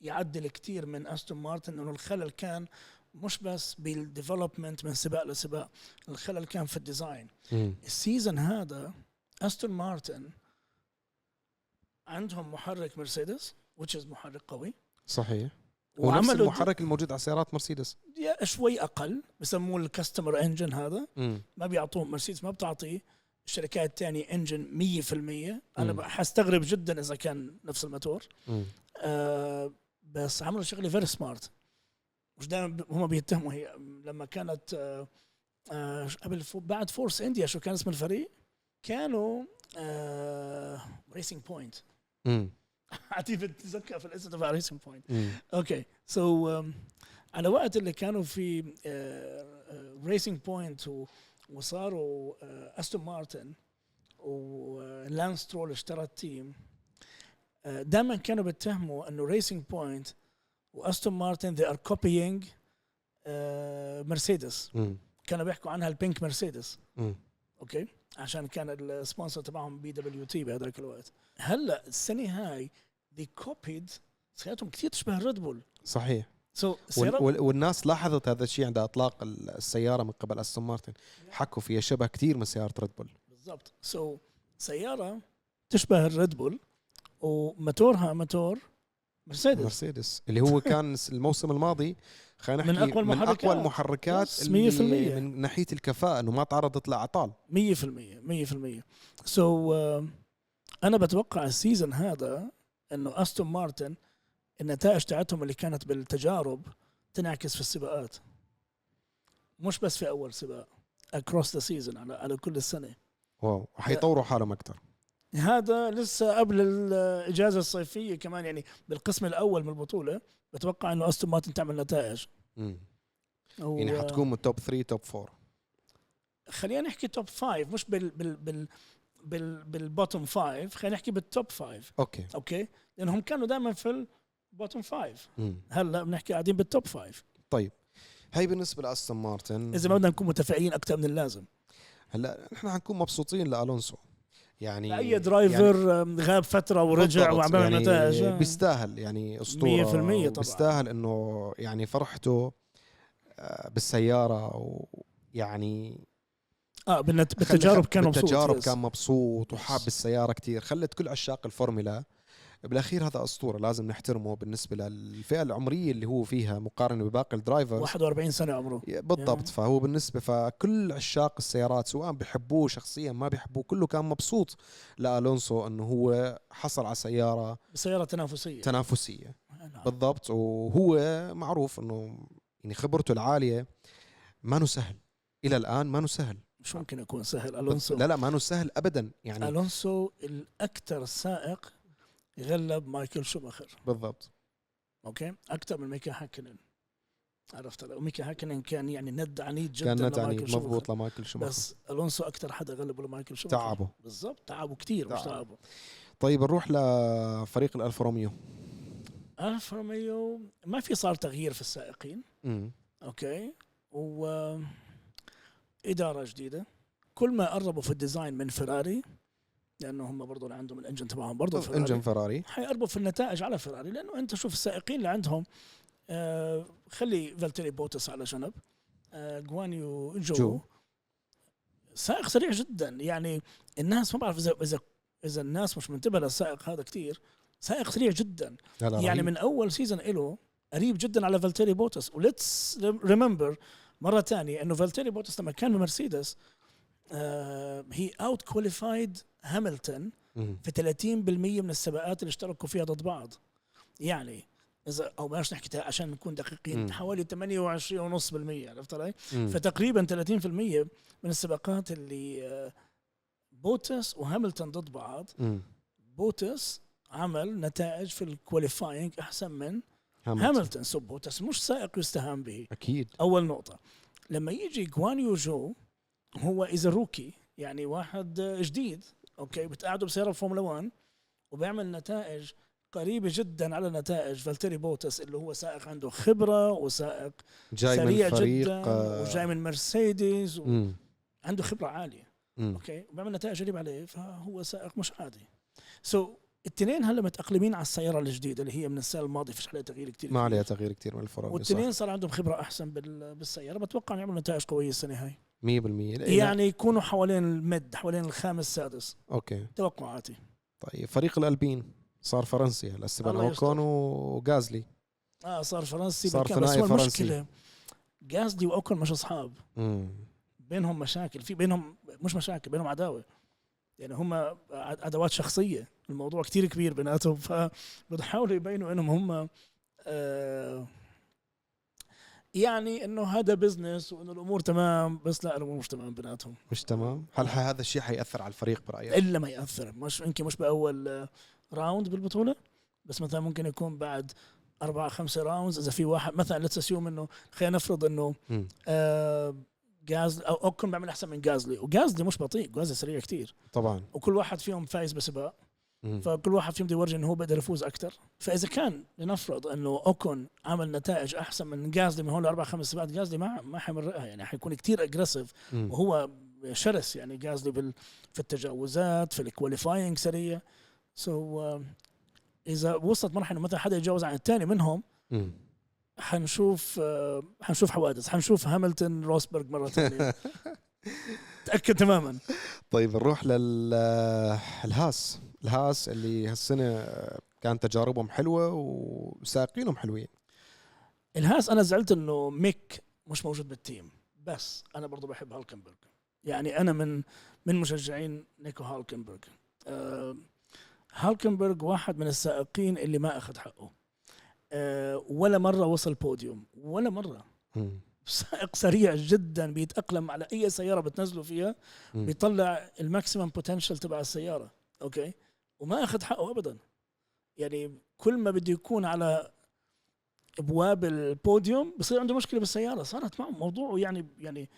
Speaker 2: يعدل كتير من استون مارتن انه الخلل كان مش بس بالديفلوبمنت من سباق لسباق الخلل كان في الديزاين
Speaker 1: مم.
Speaker 2: السيزون هذا استون مارتن عندهم محرك مرسيدس which is محرك قوي
Speaker 1: صحيح ونفس
Speaker 2: وعملوا-
Speaker 1: المحرك الموجود على سيارات مرسيدس
Speaker 2: يا شوي اقل بسموه الكاستمر انجن هذا
Speaker 1: مم.
Speaker 2: ما بيعطوه مرسيدس ما بتعطيه الشركات الثانية انجن 100% انا
Speaker 1: مم.
Speaker 2: ب- حستغرب جدا اذا كان نفس الموتور
Speaker 1: مم.
Speaker 2: آه بس عملوا شغله فيري سمارت مش دائما هم بيتهموا هي لما كانت آه آه قبل فو بعد فورس انديا شو كان اسم الفريق كانوا آه ريسينج بوينت
Speaker 1: مم.
Speaker 2: عتيب بتتذكر في الاسم تبع ريسينج بوينت
Speaker 1: مم.
Speaker 2: اوكي سو um, على وقت اللي كانوا في آه، ريسينج بوينت وصاروا استون مارتن ولانس ترول آه، اشترى التيم دائما كانوا بيتهموا انه ريسينج بوينت واستون مارتن they are copying آه، مرسيدس
Speaker 1: مم.
Speaker 2: كانوا بيحكوا عنها البينك مرسيدس
Speaker 1: مم.
Speaker 2: اوكي عشان كان السبونسر تبعهم بي دبليو تي بهذاك الوقت هلا السنه هاي they copied سيارتهم كثير تشبه ريد بول
Speaker 1: صحيح
Speaker 2: سو
Speaker 1: وال-
Speaker 2: السيارة
Speaker 1: وال- والناس لاحظت هذا الشيء عند اطلاق ال- السياره من قبل استون مارتن
Speaker 2: يعني
Speaker 1: حكوا فيها شبه كثير من سياره ريد بول
Speaker 2: بالضبط سو سيارة تشبه الريد بول وماتورها ماتور مرسيدس
Speaker 1: مرسيدس اللي هو كان س- الموسم الماضي خلينا
Speaker 2: من
Speaker 1: نحكي
Speaker 2: أقوى
Speaker 1: من اقوى
Speaker 2: المحركات.
Speaker 1: المحركات
Speaker 2: يس،
Speaker 1: اللي
Speaker 2: 100%.
Speaker 1: من ناحيه الكفاءه انه ما تعرضت لاعطال
Speaker 2: 100% 100% سو انا آه، بتوقع السيزون هذا انه استون مارتن النتائج تاعتهم اللي كانت بالتجارب تنعكس في السباقات مش بس في اول سباق اكروس ذا سيزون على على كل السنه
Speaker 1: واو وحيطوروا حالهم اكثر
Speaker 2: هذا لسه قبل الاجازه الصيفيه كمان يعني بالقسم الاول من البطوله بتوقع انه استون مارتن تعمل نتائج و-
Speaker 1: يعني حتكون من توب 3 توب 4
Speaker 2: خلينا نحكي توب فايف مش بال بال بال بال بالبوتوم فايف خلينا نحكي بالتوب فايف
Speaker 1: اوكي
Speaker 2: اوكي لانهم كانوا دائما في البوتوم فايف
Speaker 1: مم.
Speaker 2: هلا بنحكي قاعدين بالتوب فايف
Speaker 1: طيب هي بالنسبه لاستون مارتن
Speaker 2: اذا ما بدنا نكون متفائلين اكثر من اللازم
Speaker 1: هلا نحن حنكون مبسوطين لالونسو يعني
Speaker 2: اي درايفر آم، غاب فتره ورجع
Speaker 1: بالضبط،
Speaker 2: وعم بيعمل
Speaker 1: يعني
Speaker 2: نتائج آه.
Speaker 1: بيستاهل يعني اسطوره
Speaker 2: 100% طبعاً.
Speaker 1: بيستاهل انه يعني فرحته آه، بالسياره ويعني
Speaker 2: اه بالنت- بالتجارب كان مبسوط
Speaker 1: بالتجارب
Speaker 2: يس.
Speaker 1: كان مبسوط وحاب السياره كتير خلت كل عشاق الفورمولا بالاخير هذا اسطوره لازم نحترمه بالنسبه للفئه العمريه اللي هو فيها مقارنه بباقي الدرايفرز
Speaker 2: 41 سنه عمره
Speaker 1: بالضبط
Speaker 2: Yeah.
Speaker 1: فهو بالنسبه فكل عشاق السيارات سواء بحبوه شخصيا ما بحبوه كله كان مبسوط لالونسو انه هو حصل على سياره
Speaker 2: بسياره تنافسيه
Speaker 1: تنافسيه
Speaker 2: نعم.
Speaker 1: بالضبط وهو معروف انه يعني خبرته العاليه ما نو سهل الى الان ما نو سهل
Speaker 2: مش ممكن يكون سهل الونسو
Speaker 1: لا لا ما نو سهل ابدا يعني
Speaker 2: الونسو الاكثر سائق غلب مايكل شوماخر
Speaker 1: بالضبط
Speaker 2: اوكي اكثر من ميكا هاكنن عرفت لو ميكا هاكنن كان يعني ند عنيد جدا
Speaker 1: كان نتعني
Speaker 2: لمايكل شوماخر.
Speaker 1: مضبوط لمايكل شوماخر
Speaker 2: بس الونسو اكثر حدا غلبه لمايكل شوماخر
Speaker 1: تعبه
Speaker 2: بالضبط تعبه كثير مش
Speaker 1: تعبه.
Speaker 2: تعبه
Speaker 1: طيب نروح لفريق الالفا روميو
Speaker 2: الفا روميو ما في صار تغيير في السائقين
Speaker 1: مم.
Speaker 2: اوكي و اداره جديده كل ما قربوا في الديزاين من فراري لانه هم برضه اللي عندهم الانجن تبعهم برضه فراري
Speaker 1: انجن طيب، فراري
Speaker 2: حيقربوا في النتائج على فيراري لانه انت شوف السائقين اللي عندهم آه خلي فالتيري بوتس على جنب آه، جوانيو جو,
Speaker 1: جو.
Speaker 2: سائق سريع جدا يعني الناس ما بعرف اذا اذا اذا الناس مش منتبهه للسائق هذا كثير سائق سريع جدا
Speaker 1: لا لا
Speaker 2: يعني
Speaker 1: يعني من
Speaker 2: من اول سيزون له قريب جدا على فالتيري بوتس وليتس ريمبر مره ثانيه انه فالتيري بوتس لما كان بمرسيدس آه، هي اوت كواليفايد هاملتون في 30% من السباقات اللي اشتركوا فيها ضد بعض يعني اذا او بلاش نحكي تا- عشان نكون
Speaker 1: مم.
Speaker 2: دقيقين حوالي 28.5% عرفت علي؟ فتقريبا 30% من السباقات اللي آه، بوتس وهاملتون ضد بعض بوتس عمل نتائج في الكواليفاينج احسن من هاملتون سو بوتس مش سائق يستهان به
Speaker 1: اكيد
Speaker 2: اول نقطه لما يجي جوانيو جو هو اذا روكي يعني واحد آه، جديد اوكي بتقعده بسياره فورمولا 1 وبيعمل نتائج قريبه جدا على نتائج فالتيري بوتس اللي هو سائق عنده خبره وسائق
Speaker 1: جاي
Speaker 2: سريع
Speaker 1: من فريق
Speaker 2: جدا
Speaker 1: آه،
Speaker 2: وجاي من مرسيدس
Speaker 1: مم.
Speaker 2: وعنده خبره عاليه
Speaker 1: مم.
Speaker 2: اوكي وبعمل نتائج قريبه عليه فهو سائق مش عادي سو so, التنين هلا متاقلمين على السياره الجديده اللي هي من السنه الماضيه فيش عليها تغيير كثير
Speaker 1: ما عليها تغيير كثير من الفرق صح. 100%
Speaker 2: والتنين صار عندهم خبره احسن بال- بالسياره بتوقع إنه يعملوا نتائج قويه السنه هاي
Speaker 1: لا- إيه، لا.
Speaker 2: يعني يكونوا حوالين المد حوالين الخامس السادس
Speaker 1: اوكي
Speaker 2: توقعاتي
Speaker 1: طيب فريق الالبين صار فرنسي هلا سيبان
Speaker 2: الله يستر.
Speaker 1: اوكون وغازلي
Speaker 2: اه صار فرنسي
Speaker 1: صار
Speaker 2: بالكامل. بس
Speaker 1: ثنائي
Speaker 2: هو
Speaker 1: فرنسي.
Speaker 2: المشكله جازلي واوكل مش اصحاب
Speaker 1: مم.
Speaker 2: بينهم مشاكل في بينهم مش مشاكل بينهم عداوه يعني هم ع- عداوات شخصيه الموضوع كتير كبير بيناتهم فبتحاولوا يبينوا انهم هم آه يعني انه هذا بزنس وانه الامور تمام بس لا الامور مش تمام بيناتهم
Speaker 1: مش تمام هل ح- هذا الشيء حياثر على الفريق برايك
Speaker 2: الا ما ياثر مش يمكن مش باول آه، راوند بالبطوله بس مثلا ممكن يكون بعد أربعة خمسة راوندز إذا في واحد مثلا ليتس اسيوم إنه خلينا نفرض إنه
Speaker 1: مم.
Speaker 2: آه جاز أو أوكن بيعمل أحسن من جازلي وجازلي مش بطيء جازلي سريع كتير
Speaker 1: طبعا
Speaker 2: وكل واحد فيهم فايز بسباق
Speaker 1: مم.
Speaker 2: فكل واحد فيهم بده يورجي انه هو بيقدر يفوز اكثر فاذا كان لنفرض انه اوكون عمل نتائج احسن من جازلي من هون لاربع خمس سباقات جازلي ما ما حيمرقها يعني حيكون كتير اجريسيف
Speaker 1: مم.
Speaker 2: وهو شرس يعني جازلي بال في التجاوزات في الكواليفاينج سريع سو so, uh, اذا وصلت مرحله انه مثلا حدا يتجاوز عن الثاني منهم
Speaker 1: مم.
Speaker 2: حنشوف آه، حنشوف حوادث حنشوف هاملتون روسبرغ مره ثانيه تاكد تماما
Speaker 1: طيب نروح للهاس الهاس اللي هالسنه كانت تجاربهم حلوه وسائقينهم حلوين
Speaker 2: الهاس انا زعلت انه ميك مش موجود بالتيم بس انا برضو بحب هالكنبرغ يعني انا من من مشجعين نيكو هالكنبرغ أه هالكنبرغ واحد من السائقين اللي ما اخذ حقه أه ولا مره وصل بوديوم ولا مره
Speaker 1: مم.
Speaker 2: سائق سريع جدا بيتاقلم على اي سياره بتنزله فيها
Speaker 1: مم.
Speaker 2: بيطلع الماكسيمم بوتنشال تبع السياره اوكي وما اخذ حقه ابدا يعني كل ما بده يكون على ابواب البوديوم بصير عنده مشكله بالسياره صارت معه موضوع يعني يعني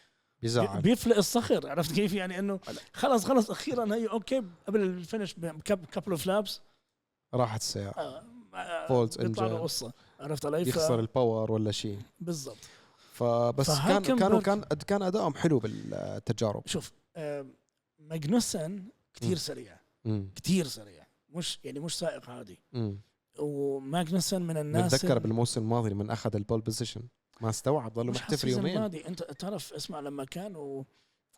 Speaker 1: بيزعل
Speaker 2: بيفلق الصخر عرفت كيف يعني انه خلص خلص اخيرا هي اوكي قبل الفينش بكابل اوف لابس
Speaker 1: راحت السياره
Speaker 2: آه، آه،
Speaker 1: False
Speaker 2: بيطلع له
Speaker 1: engine.
Speaker 2: قصه عرفت علي؟ ف-
Speaker 1: يخسر الباور ولا شيء
Speaker 2: بالضبط
Speaker 1: فبس كان
Speaker 2: فهاكنبرغ-
Speaker 1: كانوا كان كان ادائهم حلو بالتجارب
Speaker 2: شوف آه، ماجنوسن
Speaker 1: مم.
Speaker 2: كثير سريع
Speaker 1: مم.
Speaker 2: كثير سريع مش يعني مش سائق عادي
Speaker 1: مم.
Speaker 2: وماجنسن من الناس
Speaker 1: نتذكر
Speaker 2: ال-
Speaker 1: بالموسم الماضي لما اخذ البول بوزيشن ما استوعب ضلوا
Speaker 2: مش
Speaker 1: محتفل
Speaker 2: حسيت
Speaker 1: يومين
Speaker 2: الماضي انت تعرف اسمع لما كانوا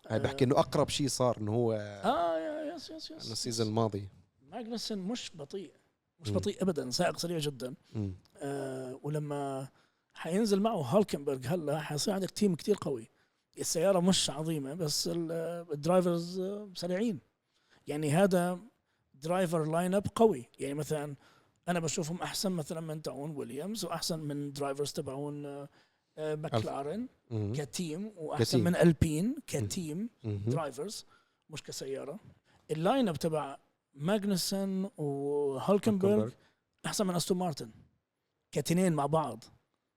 Speaker 1: هاي بحكي انه اقرب شيء صار انه هو
Speaker 2: اه يا- يس يس
Speaker 1: إنه
Speaker 2: يس
Speaker 1: السيزون الماضي
Speaker 2: ماجنسن مش بطيء مش
Speaker 1: مم.
Speaker 2: بطيء ابدا سائق سريع جدا
Speaker 1: مم.
Speaker 2: آه ولما حينزل معه هالكنبرغ هلا حيصير عندك تيم كتير قوي السياره مش عظيمه بس ال- آه، الدرايفرز آه، سريعين يعني هذا درايفر لاين اب قوي يعني مثلا انا بشوفهم احسن مثلا من تاعون ويليامز واحسن من درايفرز تبعون آه، آه، ماكلارن
Speaker 1: مم.
Speaker 2: كتيم واحسن
Speaker 1: كتيم.
Speaker 2: من البين كتيم
Speaker 1: مم.
Speaker 2: درايفرز مش كسياره اللاين اب تبع ماجنسون وهولكنبرغ احسن من استون مارتن كتنين مع بعض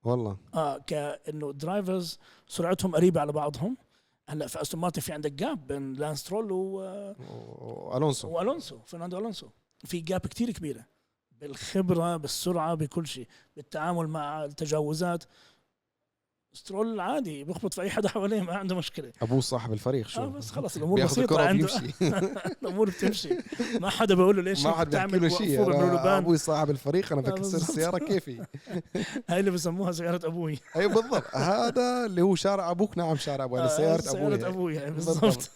Speaker 1: والله
Speaker 2: اه كانه درايفرز سرعتهم قريبه على بعضهم هلا في استون مارتن في عندك جاب بين لانس ترول و...
Speaker 1: و- والونسو
Speaker 2: والونسو فرناندو الونسو في جاب كتير كبيره بالخبره بالسرعه بكل شيء بالتعامل مع التجاوزات سترول عادي بخبط في اي حدا حواليه ما عنده مشكله
Speaker 1: ابوه صاحب الفريق شو
Speaker 2: آه بس خلاص الامور
Speaker 1: بياخذ
Speaker 2: بسيطه
Speaker 1: الكره
Speaker 2: عنده
Speaker 1: وبيمشي
Speaker 2: الامور بتمشي ما حدا بيقول له ليش
Speaker 1: ما
Speaker 2: هيك
Speaker 1: حد بيحكي له
Speaker 2: بتعمل
Speaker 1: شيء
Speaker 2: وقفور
Speaker 1: أنا
Speaker 2: بلبان
Speaker 1: ابوي صاحب الفريق انا
Speaker 2: آه،
Speaker 1: بكسر
Speaker 2: بالضبط.
Speaker 1: السياره كيفي
Speaker 2: هاي اللي بسموها سياره ابوي
Speaker 1: ايوه بالضبط هذا اللي هو شارع ابوك نعم شارع ابوي انا
Speaker 2: آه،
Speaker 1: سياره ابوي
Speaker 2: سياره ابوي يعني بالضبط
Speaker 1: بالضبط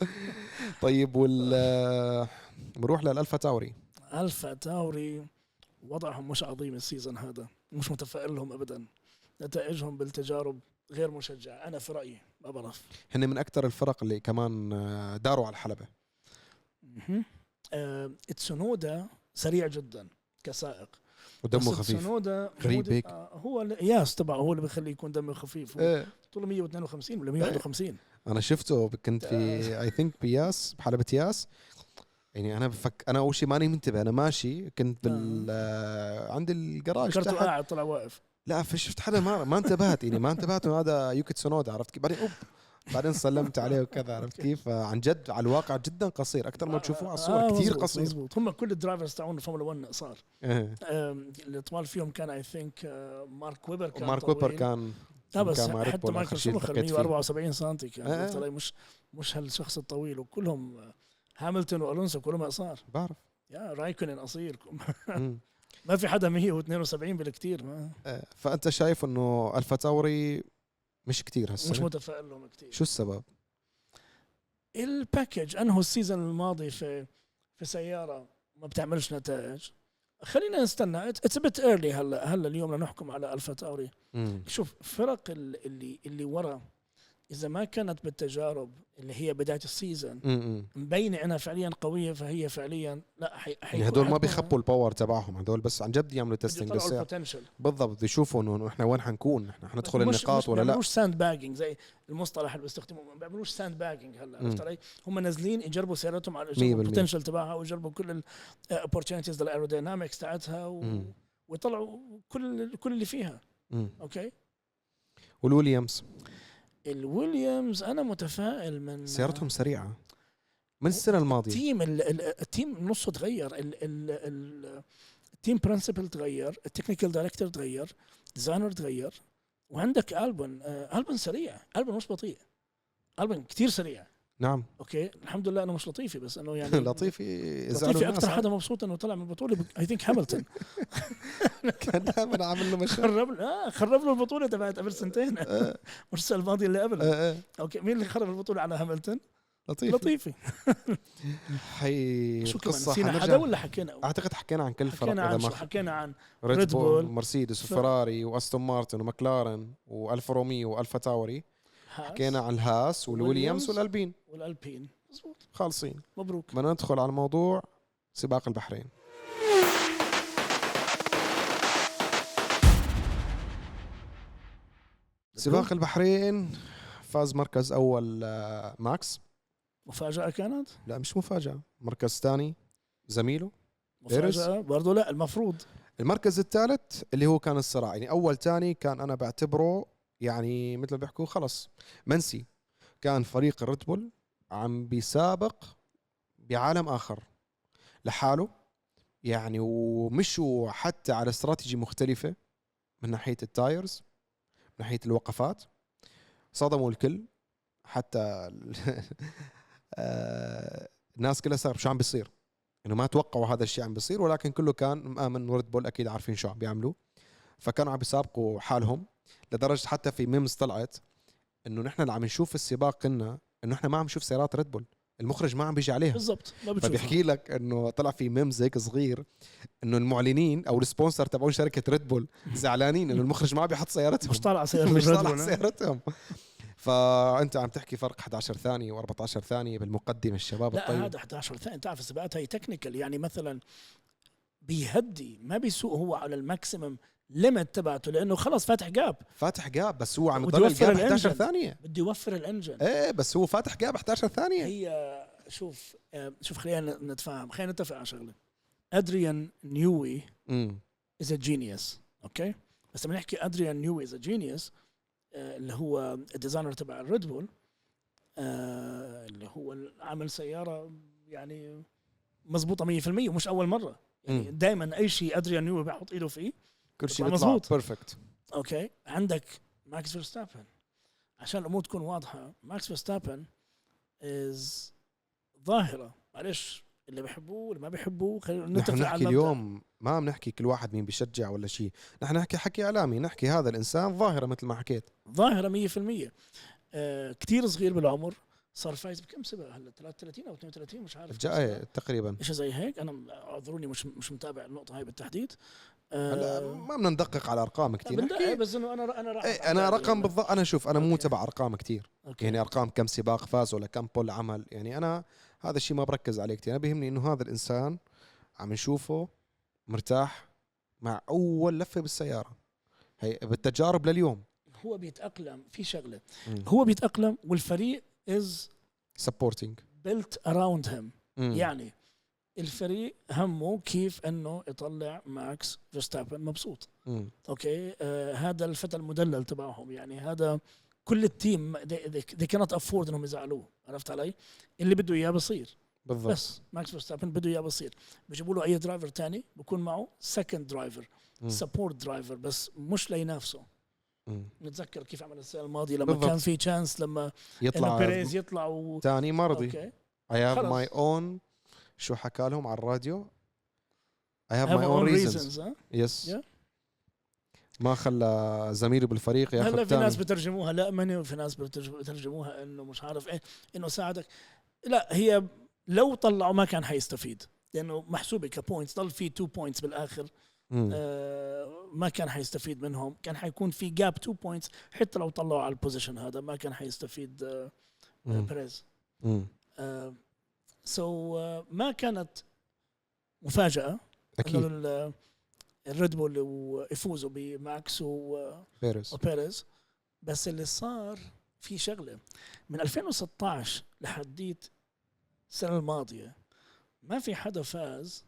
Speaker 1: طيب وال آه، بنروح للالفا تاوري
Speaker 2: الفا تاوري وضعهم مش عظيم السيزون هذا مش متفائل لهم ابدا نتائجهم بالتجارب غير مشجعه انا في رايي ما بعرف
Speaker 1: هن من اكثر الفرق اللي كمان آه، داروا على الحلبه
Speaker 2: مهم. آه، تسونودا سريع جدا كسائق
Speaker 1: ودمه
Speaker 2: بس
Speaker 1: خفيف
Speaker 2: تسونودا
Speaker 1: غريب
Speaker 2: تسونودا،
Speaker 1: هيك.
Speaker 2: آه، هو القياس تبعه هو اللي بيخليه يكون دمه خفيف هو
Speaker 1: إيه.
Speaker 2: طوله 152 ولا 151
Speaker 1: انا شفته كنت في
Speaker 2: آه.
Speaker 1: اي ثينك بياس بحلبة ياس يعني انا بفك انا اول شيء ماني منتبه انا ماشي كنت بال آه، عند الجراج
Speaker 2: فكرته
Speaker 1: تحت
Speaker 2: قاعد طلع واقف
Speaker 1: لا فشفت حدا ما ما انتبهت يعني ما انتبهت انه هذا يوكي تسونودا عرفت كيف بعدين اوب بعدين سلمت عليه وكذا عرفت كيف فعن جد على الواقع جدا قصير اكثر ما تشوفوه
Speaker 2: آه،
Speaker 1: على الصور كثير
Speaker 2: مزبوط،
Speaker 1: قصير
Speaker 2: مزبوط هم كل الدرايفرز تاعون الفورمولا 1 قصار
Speaker 1: إيه.
Speaker 2: آم، اللي طوال فيهم كان اي ثينك مارك ويبر كان
Speaker 1: ومارك
Speaker 2: طويل.
Speaker 1: ويبر كان
Speaker 2: لا بس
Speaker 1: كان مع ريد
Speaker 2: حتى
Speaker 1: بول
Speaker 2: مايكل
Speaker 1: آخر شيء
Speaker 2: شومخر
Speaker 1: التقيت فيه.
Speaker 2: 174 سم كان
Speaker 1: آه.
Speaker 2: عرفت علي؟ مش مش هالشخص الطويل وكلهم آه، هاملتون والونسو كلهم اقصار
Speaker 1: بعرف
Speaker 2: يا رايكونن قصير
Speaker 1: مم.
Speaker 2: ما في حدا 172 بالكثير ما
Speaker 1: إيه. فانت شايف انه الفا تاوري مش كثير
Speaker 2: مش
Speaker 1: هسه
Speaker 2: متفائل لهم كثير
Speaker 1: شو السبب؟
Speaker 2: الباكج انهوا السيزون الماضي في في سياره ما بتعملش نتائج خلينا نستنى اتس بت ايرلي هلا هلا اليوم لنحكم على الفا تاوري
Speaker 1: مم.
Speaker 2: شوف فرق ال- اللي اللي ورا اذا ما كانت بالتجارب اللي هي بدايه السيزون
Speaker 1: مم.
Speaker 2: مبينه انها فعليا قويه فهي فعليا لا حي
Speaker 1: يعني هدول ما بيخبوا الباور تبعهم هدول بس عن جد يعملوا تيستنج
Speaker 2: بيطلعوا
Speaker 1: للسيارة
Speaker 2: البوتنشل
Speaker 1: بالضبط بده يشوفوا انه احنا وين حنكون احنا حندخل
Speaker 2: مش- يعني
Speaker 1: النقاط
Speaker 2: مش
Speaker 1: ولا لا
Speaker 2: بيعملوش ساند باجنج زي المصطلح اللي بيستخدموه ما بيعملوش ساند باجنج هلا
Speaker 1: مم.
Speaker 2: عرفت علي؟ هم نازلين يجربوا سيارتهم على
Speaker 1: مية
Speaker 2: يجربوا
Speaker 1: بالمية.
Speaker 2: البوتنشل تبعها ويجربوا كل آه، الاوبورتيونيتيز للايروداينامكس تاعتها و...
Speaker 1: مم.
Speaker 2: ويطلعوا كل كل اللي فيها
Speaker 1: مم.
Speaker 2: اوكي
Speaker 1: والويليامز
Speaker 2: الويليامز انا متفائل من
Speaker 1: سيارتهم سريعه من السنه الماضيه
Speaker 2: التيم ال- ال- التيم نصه تغير ال- ال- ال- التيم برنسبل تغير التكنيكال دايركتور تغير ديزاينر تغير وعندك البن آه، البن سريع البن مش بطيء البن كثير سريع
Speaker 1: نعم
Speaker 2: اوكي الحمد لله انه مش لطيفي بس انه يعني
Speaker 1: لطيفي زعلوا
Speaker 2: لطيفي
Speaker 1: الناس
Speaker 2: اكثر حدا مبسوط انه طلع من البطوله اي ثينك هاملتون
Speaker 1: كان دائما عامل له مشاكل
Speaker 2: خرب له آه خرب له البطوله تبعت قبل سنتين مش السنه الماضيه اللي قبل
Speaker 1: آه، آه،
Speaker 2: اوكي مين اللي خرب البطوله على هاملتون؟
Speaker 1: لطيف
Speaker 2: لطيفي
Speaker 1: حي
Speaker 2: شو كمان
Speaker 1: قصه
Speaker 2: نسينا حدا
Speaker 1: حنرجع
Speaker 2: ولا حكينا
Speaker 1: اعتقد حكينا عن كل الفرق
Speaker 2: حكينا
Speaker 1: اذا
Speaker 2: عن
Speaker 1: ما خ-
Speaker 2: شو حكينا عن
Speaker 1: ريد
Speaker 2: ريد
Speaker 1: بول
Speaker 2: بول،
Speaker 1: مرسيدس
Speaker 2: ف-
Speaker 1: وفراري واستون مارتن ومكلارن والفا روميو والفا تاوري
Speaker 2: هاس
Speaker 1: حكينا عن الهاس والويليامز
Speaker 2: والويليامز.
Speaker 1: والالبين
Speaker 2: والالبين مزبوط
Speaker 1: خالصين
Speaker 2: مبروك
Speaker 1: بدنا ندخل على موضوع سباق البحرين سباق البحرين فاز مركز اول آه، ماكس
Speaker 2: مفاجأة كانت؟
Speaker 1: لا مش مفاجاه مركز ثاني زميله إيرس؟
Speaker 2: مفاجأة برضه لا المفروض
Speaker 1: المركز الثالث اللي هو كان الصراع يعني اول ثاني كان انا بعتبره يعني مثل ما بيحكوا خلص منسي كان فريق الريد بول عم بيسابق بعالم اخر لحاله يعني ومشوا حتى على استراتيجي مختلفه من ناحيه التايرز من ناحيه الوقفات صدموا الكل حتى ال- آه، الناس كلها صار شو عم بيصير انه ما توقعوا هذا الشيء عم بيصير ولكن كله كان مآمن ريد بول اكيد عارفين شو عم بيعملوا فكانوا عم بيسابقوا حالهم لدرجه حتى في ميمز طلعت انه نحن اللي عم نشوف السباق كنا انه نحن ما عم نشوف سيارات ريد بول المخرج ما عم بيجي عليها
Speaker 2: بالضبط
Speaker 1: طيب،
Speaker 2: ما بتشوف
Speaker 1: فبيحكي لك انه طلع في ميمز هيك صغير انه المعلنين او السبونسر تبعون شركه ريد بول زعلانين انه المخرج ما عم بيحط سيارتهم
Speaker 2: مش طالع سيارة
Speaker 1: مش
Speaker 2: الريد
Speaker 1: طالع
Speaker 2: بول، ها؟
Speaker 1: سيارتهم فانت عم تحكي فرق 11 ثانيه و14 ثانيه بالمقدمه الشباب
Speaker 2: لا
Speaker 1: الطيب
Speaker 2: هذا 11 ثانية تعرف السباقات هي تكنيكال يعني مثلا بيهدي ما بيسوق هو على الماكسيمم ليمت تبعته لانه خلص فاتح جاب
Speaker 1: فاتح جاب بس هو عم
Speaker 2: بده
Speaker 1: يضل
Speaker 2: يوفر
Speaker 1: الجاب 11
Speaker 2: الإنجن.
Speaker 1: ثانيه
Speaker 2: بده يوفر الانجن
Speaker 1: ايه بس هو فاتح جاب 11 ثانيه
Speaker 2: هي شوف آه، شوف خلينا نتفاهم خلينا نتفق على شغله ادريان نيوي
Speaker 1: امم
Speaker 2: از ا جينيوس اوكي بس لما نحكي ادريان نيوي از ا جينيوس آه، اللي هو الديزاينر تبع الريد بول آه، اللي هو عامل سياره يعني مزبوطه 100% ومش اول مره يعني
Speaker 1: مم.
Speaker 2: دائما اي شيء ادريان نيوي بيحط ايده فيه
Speaker 1: كل شيء
Speaker 2: بيطلع
Speaker 1: بيطلع
Speaker 2: مزبوط.
Speaker 1: بيرفكت
Speaker 2: اوكي عندك ماكس فيرستابن عشان الامور تكون واضحه ماكس فيرستابن از ظاهره معلش اللي بيحبوه واللي ما بيحبوه خلينا
Speaker 1: نحن
Speaker 2: نتفق على
Speaker 1: نحكي
Speaker 2: المبدأ.
Speaker 1: اليوم ما عم نحكي كل واحد مين بيشجع ولا شيء نحن نحكي حكي اعلامي نحكي هذا الانسان ظاهره مثل ما حكيت
Speaker 2: ظاهره 100% آه كثير صغير بالعمر صار فايز بكم سباق هلا 33 او 32 مش عارف كم
Speaker 1: الجاي
Speaker 2: سباق.
Speaker 1: تقريبا
Speaker 2: شيء زي هيك انا اعذروني مش مش متابع النقطه هاي بالتحديد
Speaker 1: هلا ما بدنا ندقق على ارقام كثير
Speaker 2: بدي- إيه،
Speaker 1: نحكي
Speaker 2: بس انه انا انا رقم
Speaker 1: إيه انا رقم بالضبط انا شوف انا مو
Speaker 2: أوكي.
Speaker 1: تبع ارقام كثير
Speaker 2: اوكي
Speaker 1: يعني ارقام كم سباق فاز ولا كم بول عمل يعني انا هذا الشيء ما بركز عليه كثير انا بيهمني انه هذا الانسان عم نشوفه مرتاح مع اول لفه بالسياره هي بالتجارب لليوم
Speaker 2: هو بيتاقلم في شغله هو بيتاقلم والفريق از
Speaker 1: سبورتنج
Speaker 2: بيلت اراوند هيم يعني الفريق همه كيف انه يطلع ماكس فيرستابن مبسوط اوكي آه هذا الفتى المدلل تبعهم يعني هذا كل التيم they, they, they cannot afford انهم يزعلوه عرفت علي؟ اللي بده اياه بصير
Speaker 1: بالضبط
Speaker 2: بس ماكس فيرستابن بده اياه بصير بجيبوا له اي درايفر تاني بكون معه سكند درايفر
Speaker 1: مم.
Speaker 2: سبورت درايفر بس مش لينافسه
Speaker 1: مم.
Speaker 2: نتذكر كيف عمل السنه الماضيه لما
Speaker 1: بالضبط.
Speaker 2: كان في تشانس لما انه
Speaker 1: يطلع
Speaker 2: بيريز يطلع و...
Speaker 1: تاني ما رضي
Speaker 2: اوكي
Speaker 1: I have
Speaker 2: خلص.
Speaker 1: my own شو حكى لهم على الراديو I have,
Speaker 2: have
Speaker 1: my
Speaker 2: own
Speaker 1: own reasons
Speaker 2: reasons ها؟
Speaker 1: يس
Speaker 2: Yeah.
Speaker 1: ما خلى زميله بالفريق ياخذ
Speaker 2: هلا في
Speaker 1: تاني.
Speaker 2: ناس بترجموها لأمنة وفي ناس بترج- بترجموها انه مش عارف ايه انه ساعدك لا هي لو طلعوا ما كان حيستفيد لانه محسوبه كبوينتس ضل في 2 بوينتس بالاخر
Speaker 1: مم.
Speaker 2: آه ما كان حيستفيد منهم كان حيكون في جاب 2 بوينتس حتى لو طلعوا على البوزيشن هذا ما كان حيستفيد آه آه،
Speaker 1: مم.
Speaker 2: بيريز
Speaker 1: مم.
Speaker 2: سو آه، ما كانت مفاجأة
Speaker 1: اكيد
Speaker 2: انه الريد بول يفوزوا بماكس و-
Speaker 1: بيرس
Speaker 2: وبيريز بس اللي صار في شغلة من 2016 لحديت السنة الماضية ما في حدا فاز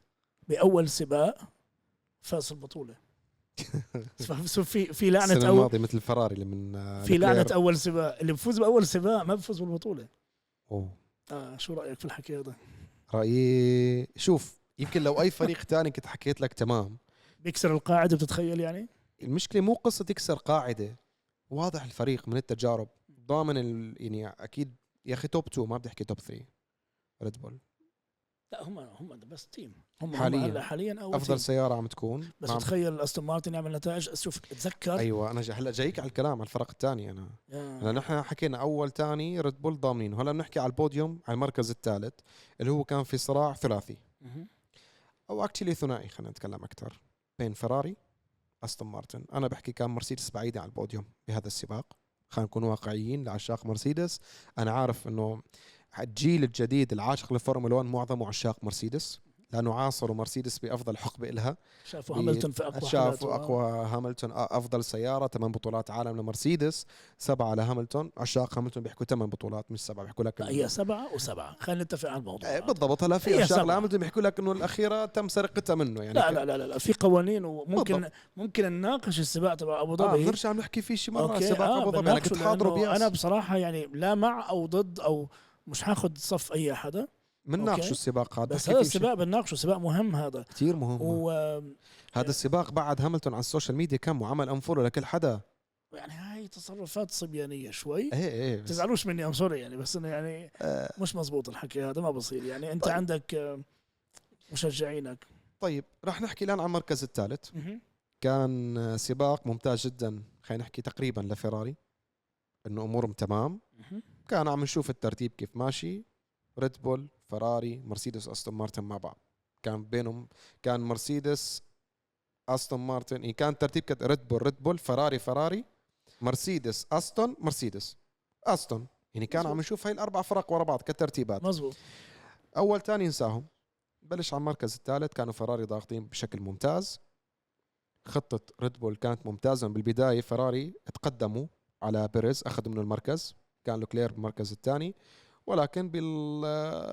Speaker 2: بأول سباق فاز في البطولة سو في في لعنة
Speaker 1: السنه
Speaker 2: أول
Speaker 1: الماضيه مثل فراري لما
Speaker 2: في لعنة أول سباق اللي بفوز بأول سباق ما بفوز بالبطولة
Speaker 1: أول
Speaker 2: آه شو رأيك في الحكي هذا؟
Speaker 1: رايي شوف يمكن لو اي فريق تاني كنت حكيت لك تمام
Speaker 2: بيكسر القاعدة بتتخيل يعني؟
Speaker 1: المشكله مو قصه تكسر قاعده واضح الفريق من التجارب ضامن ال... يعني اكيد يا اخي توب 2 ما بدي احكي توب 3 ريد بول
Speaker 2: لا هم هم ذا بيست تيم هم
Speaker 1: حالياً. نعم.
Speaker 2: حاليا هلا حاليا اول
Speaker 1: افضل
Speaker 2: افضل
Speaker 1: سياره عم تكون
Speaker 2: بس
Speaker 1: ما عم-
Speaker 2: تخيل استون مارتن يعمل نتائج شوف تذكر
Speaker 1: ايوه انا جا هلا جايك على الكلام على الفرق الثاني انا هلا
Speaker 2: أيوة.
Speaker 1: نحن حكينا اول ثاني ريد بول ضامنين هلا بنحكي على البوديوم على المركز الثالث اللي هو كان في صراع ثلاثي او اكشلي ثنائي خلينا نتكلم اكثر بين فيراري استون مارتن انا بحكي كان مرسيدس بعيده عن البوديوم بهذا السباق خلينا نكون واقعيين لعشاق مرسيدس انا عارف انه الجيل الجديد العاشق للفورمولا 1 معظمه عشاق مرسيدس لانه عاصروا مرسيدس بافضل حقبه إلها
Speaker 2: شافوا
Speaker 1: بي-
Speaker 2: هاملتون في اقوى
Speaker 1: إيه، شافوا
Speaker 2: حالاته.
Speaker 1: اقوى هاملتون آه، افضل سياره ثمان بطولات عالم لمرسيدس سبعه لهاملتون عشاق هاملتون بيحكوا ثمان بطولات مش سبعه بيحكوا لك
Speaker 2: لا،
Speaker 1: إنه-
Speaker 2: هي سبعه وسبعه خلينا نتفق على الموضوع
Speaker 1: إيه، بالضبط هلا في
Speaker 2: هي
Speaker 1: عشاق
Speaker 2: سبعة.
Speaker 1: لهاملتون بيحكوا لك انه الاخيره تم سرقتها منه يعني
Speaker 2: لا لا لا لا, لا. في قوانين وممكن
Speaker 1: بالضبط.
Speaker 2: ممكن نناقش السباق تبع ابو
Speaker 1: آه
Speaker 2: ظبي
Speaker 1: بنرجع بنحكي فيه شي مره
Speaker 2: أوكي، آه،
Speaker 1: سباق ابو ظبي انا
Speaker 2: بنناقشه
Speaker 1: كنت حاضره
Speaker 2: لأنه انا
Speaker 1: بياس
Speaker 2: بصراحه يعني لا مع او ضد او مش حاخد صف اي حدا
Speaker 1: بنناقشوا
Speaker 2: أوكي.
Speaker 1: السباق هذا
Speaker 2: بس
Speaker 1: بنحكي
Speaker 2: هذا
Speaker 1: فيه شي.
Speaker 2: السباق بنناقشه سباق مهم هذا
Speaker 1: كثير مهم
Speaker 2: و
Speaker 1: هذا السباق بعد هاملتون على السوشيال ميديا كم وعمل انفولو لكل حدا
Speaker 2: يعني هاي تصرفات صبيانيه شوي
Speaker 1: ايه ايه بس-
Speaker 2: تزعلوش مني ام سوري يعني بس انه يعني
Speaker 1: آه،
Speaker 2: مش مزبوط الحكي هذا ما بصير يعني انت
Speaker 1: طيب.
Speaker 2: عندك آه، مشجعينك
Speaker 1: طيب رح نحكي الان عن المركز الثالث كان آه، سباق ممتاز جدا خلينا نحكي تقريبا لفيراري انه امورهم تمام كان عم نشوف الترتيب كيف ماشي ريد بول فراري مرسيدس استون مارتن مع بعض كان بينهم كان مرسيدس استون مارتن إيه، كان ترتيب كت... ريد بول ريد بول فراري فراري مرسيدس استون مرسيدس استون يعني كان عم نشوف هاي الاربع فرق ورا بعض كترتيبات
Speaker 2: مزبوط
Speaker 1: اول ثاني نساهم بلش على المركز الثالث كانوا فراري ضاغطين بشكل ممتاز خطة ريد بول كانت ممتازة من بالبداية فراري تقدموا على بيريز أخذوا منه المركز كان لوكلير بالمركز الثاني ولكن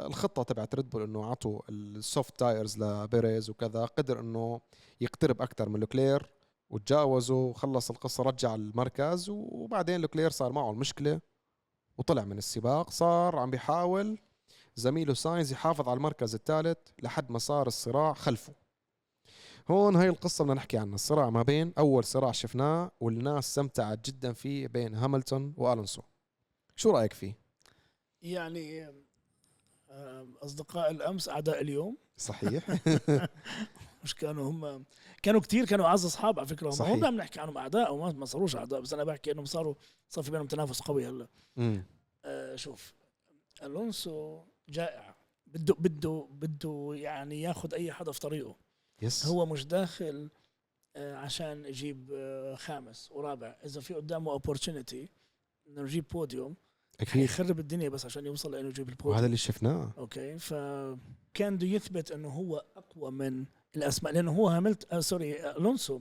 Speaker 1: بالخطة تبعت ريد بول انه عطوا السوفت تايرز لبيريز وكذا قدر انه يقترب اكثر من لوكلير وتجاوزه وخلص القصة رجع المركز وبعدين لوكلير صار معه المشكلة وطلع من السباق صار عم بيحاول زميله ساينز يحافظ على المركز الثالث لحد ما صار الصراع خلفه هون هاي القصة بدنا نحكي عنها الصراع ما بين أول صراع شفناه والناس استمتعت جدا فيه بين هاملتون وألونسو شو رايك فيه؟
Speaker 2: يعني آم، اصدقاء الامس اعداء اليوم
Speaker 1: صحيح
Speaker 2: مش كانوا هم كانوا كتير كانوا اعز اصحاب على فكره هم
Speaker 1: صحيح.
Speaker 2: صحيح. هم عم نحكي عنهم اعداء وما ما صاروش اعداء بس انا بحكي انهم صاروا صار في بينهم تنافس قوي هلا
Speaker 1: أمم.
Speaker 2: آه شوف الونسو جائع بده بده بده يعني ياخذ اي حدا في طريقه
Speaker 1: يس
Speaker 2: هو مش داخل آه، عشان يجيب آه، خامس ورابع اذا في قدامه opportunity انه يجيب بوديوم
Speaker 1: اكيد
Speaker 2: يخرب الدنيا بس عشان يوصل لانه يجيب البوديوم
Speaker 1: وهذا اللي شفناه
Speaker 2: اوكي فكان بده يثبت انه هو اقوى من الاسماء لانه هو هاملت آه سوري آه، الونسو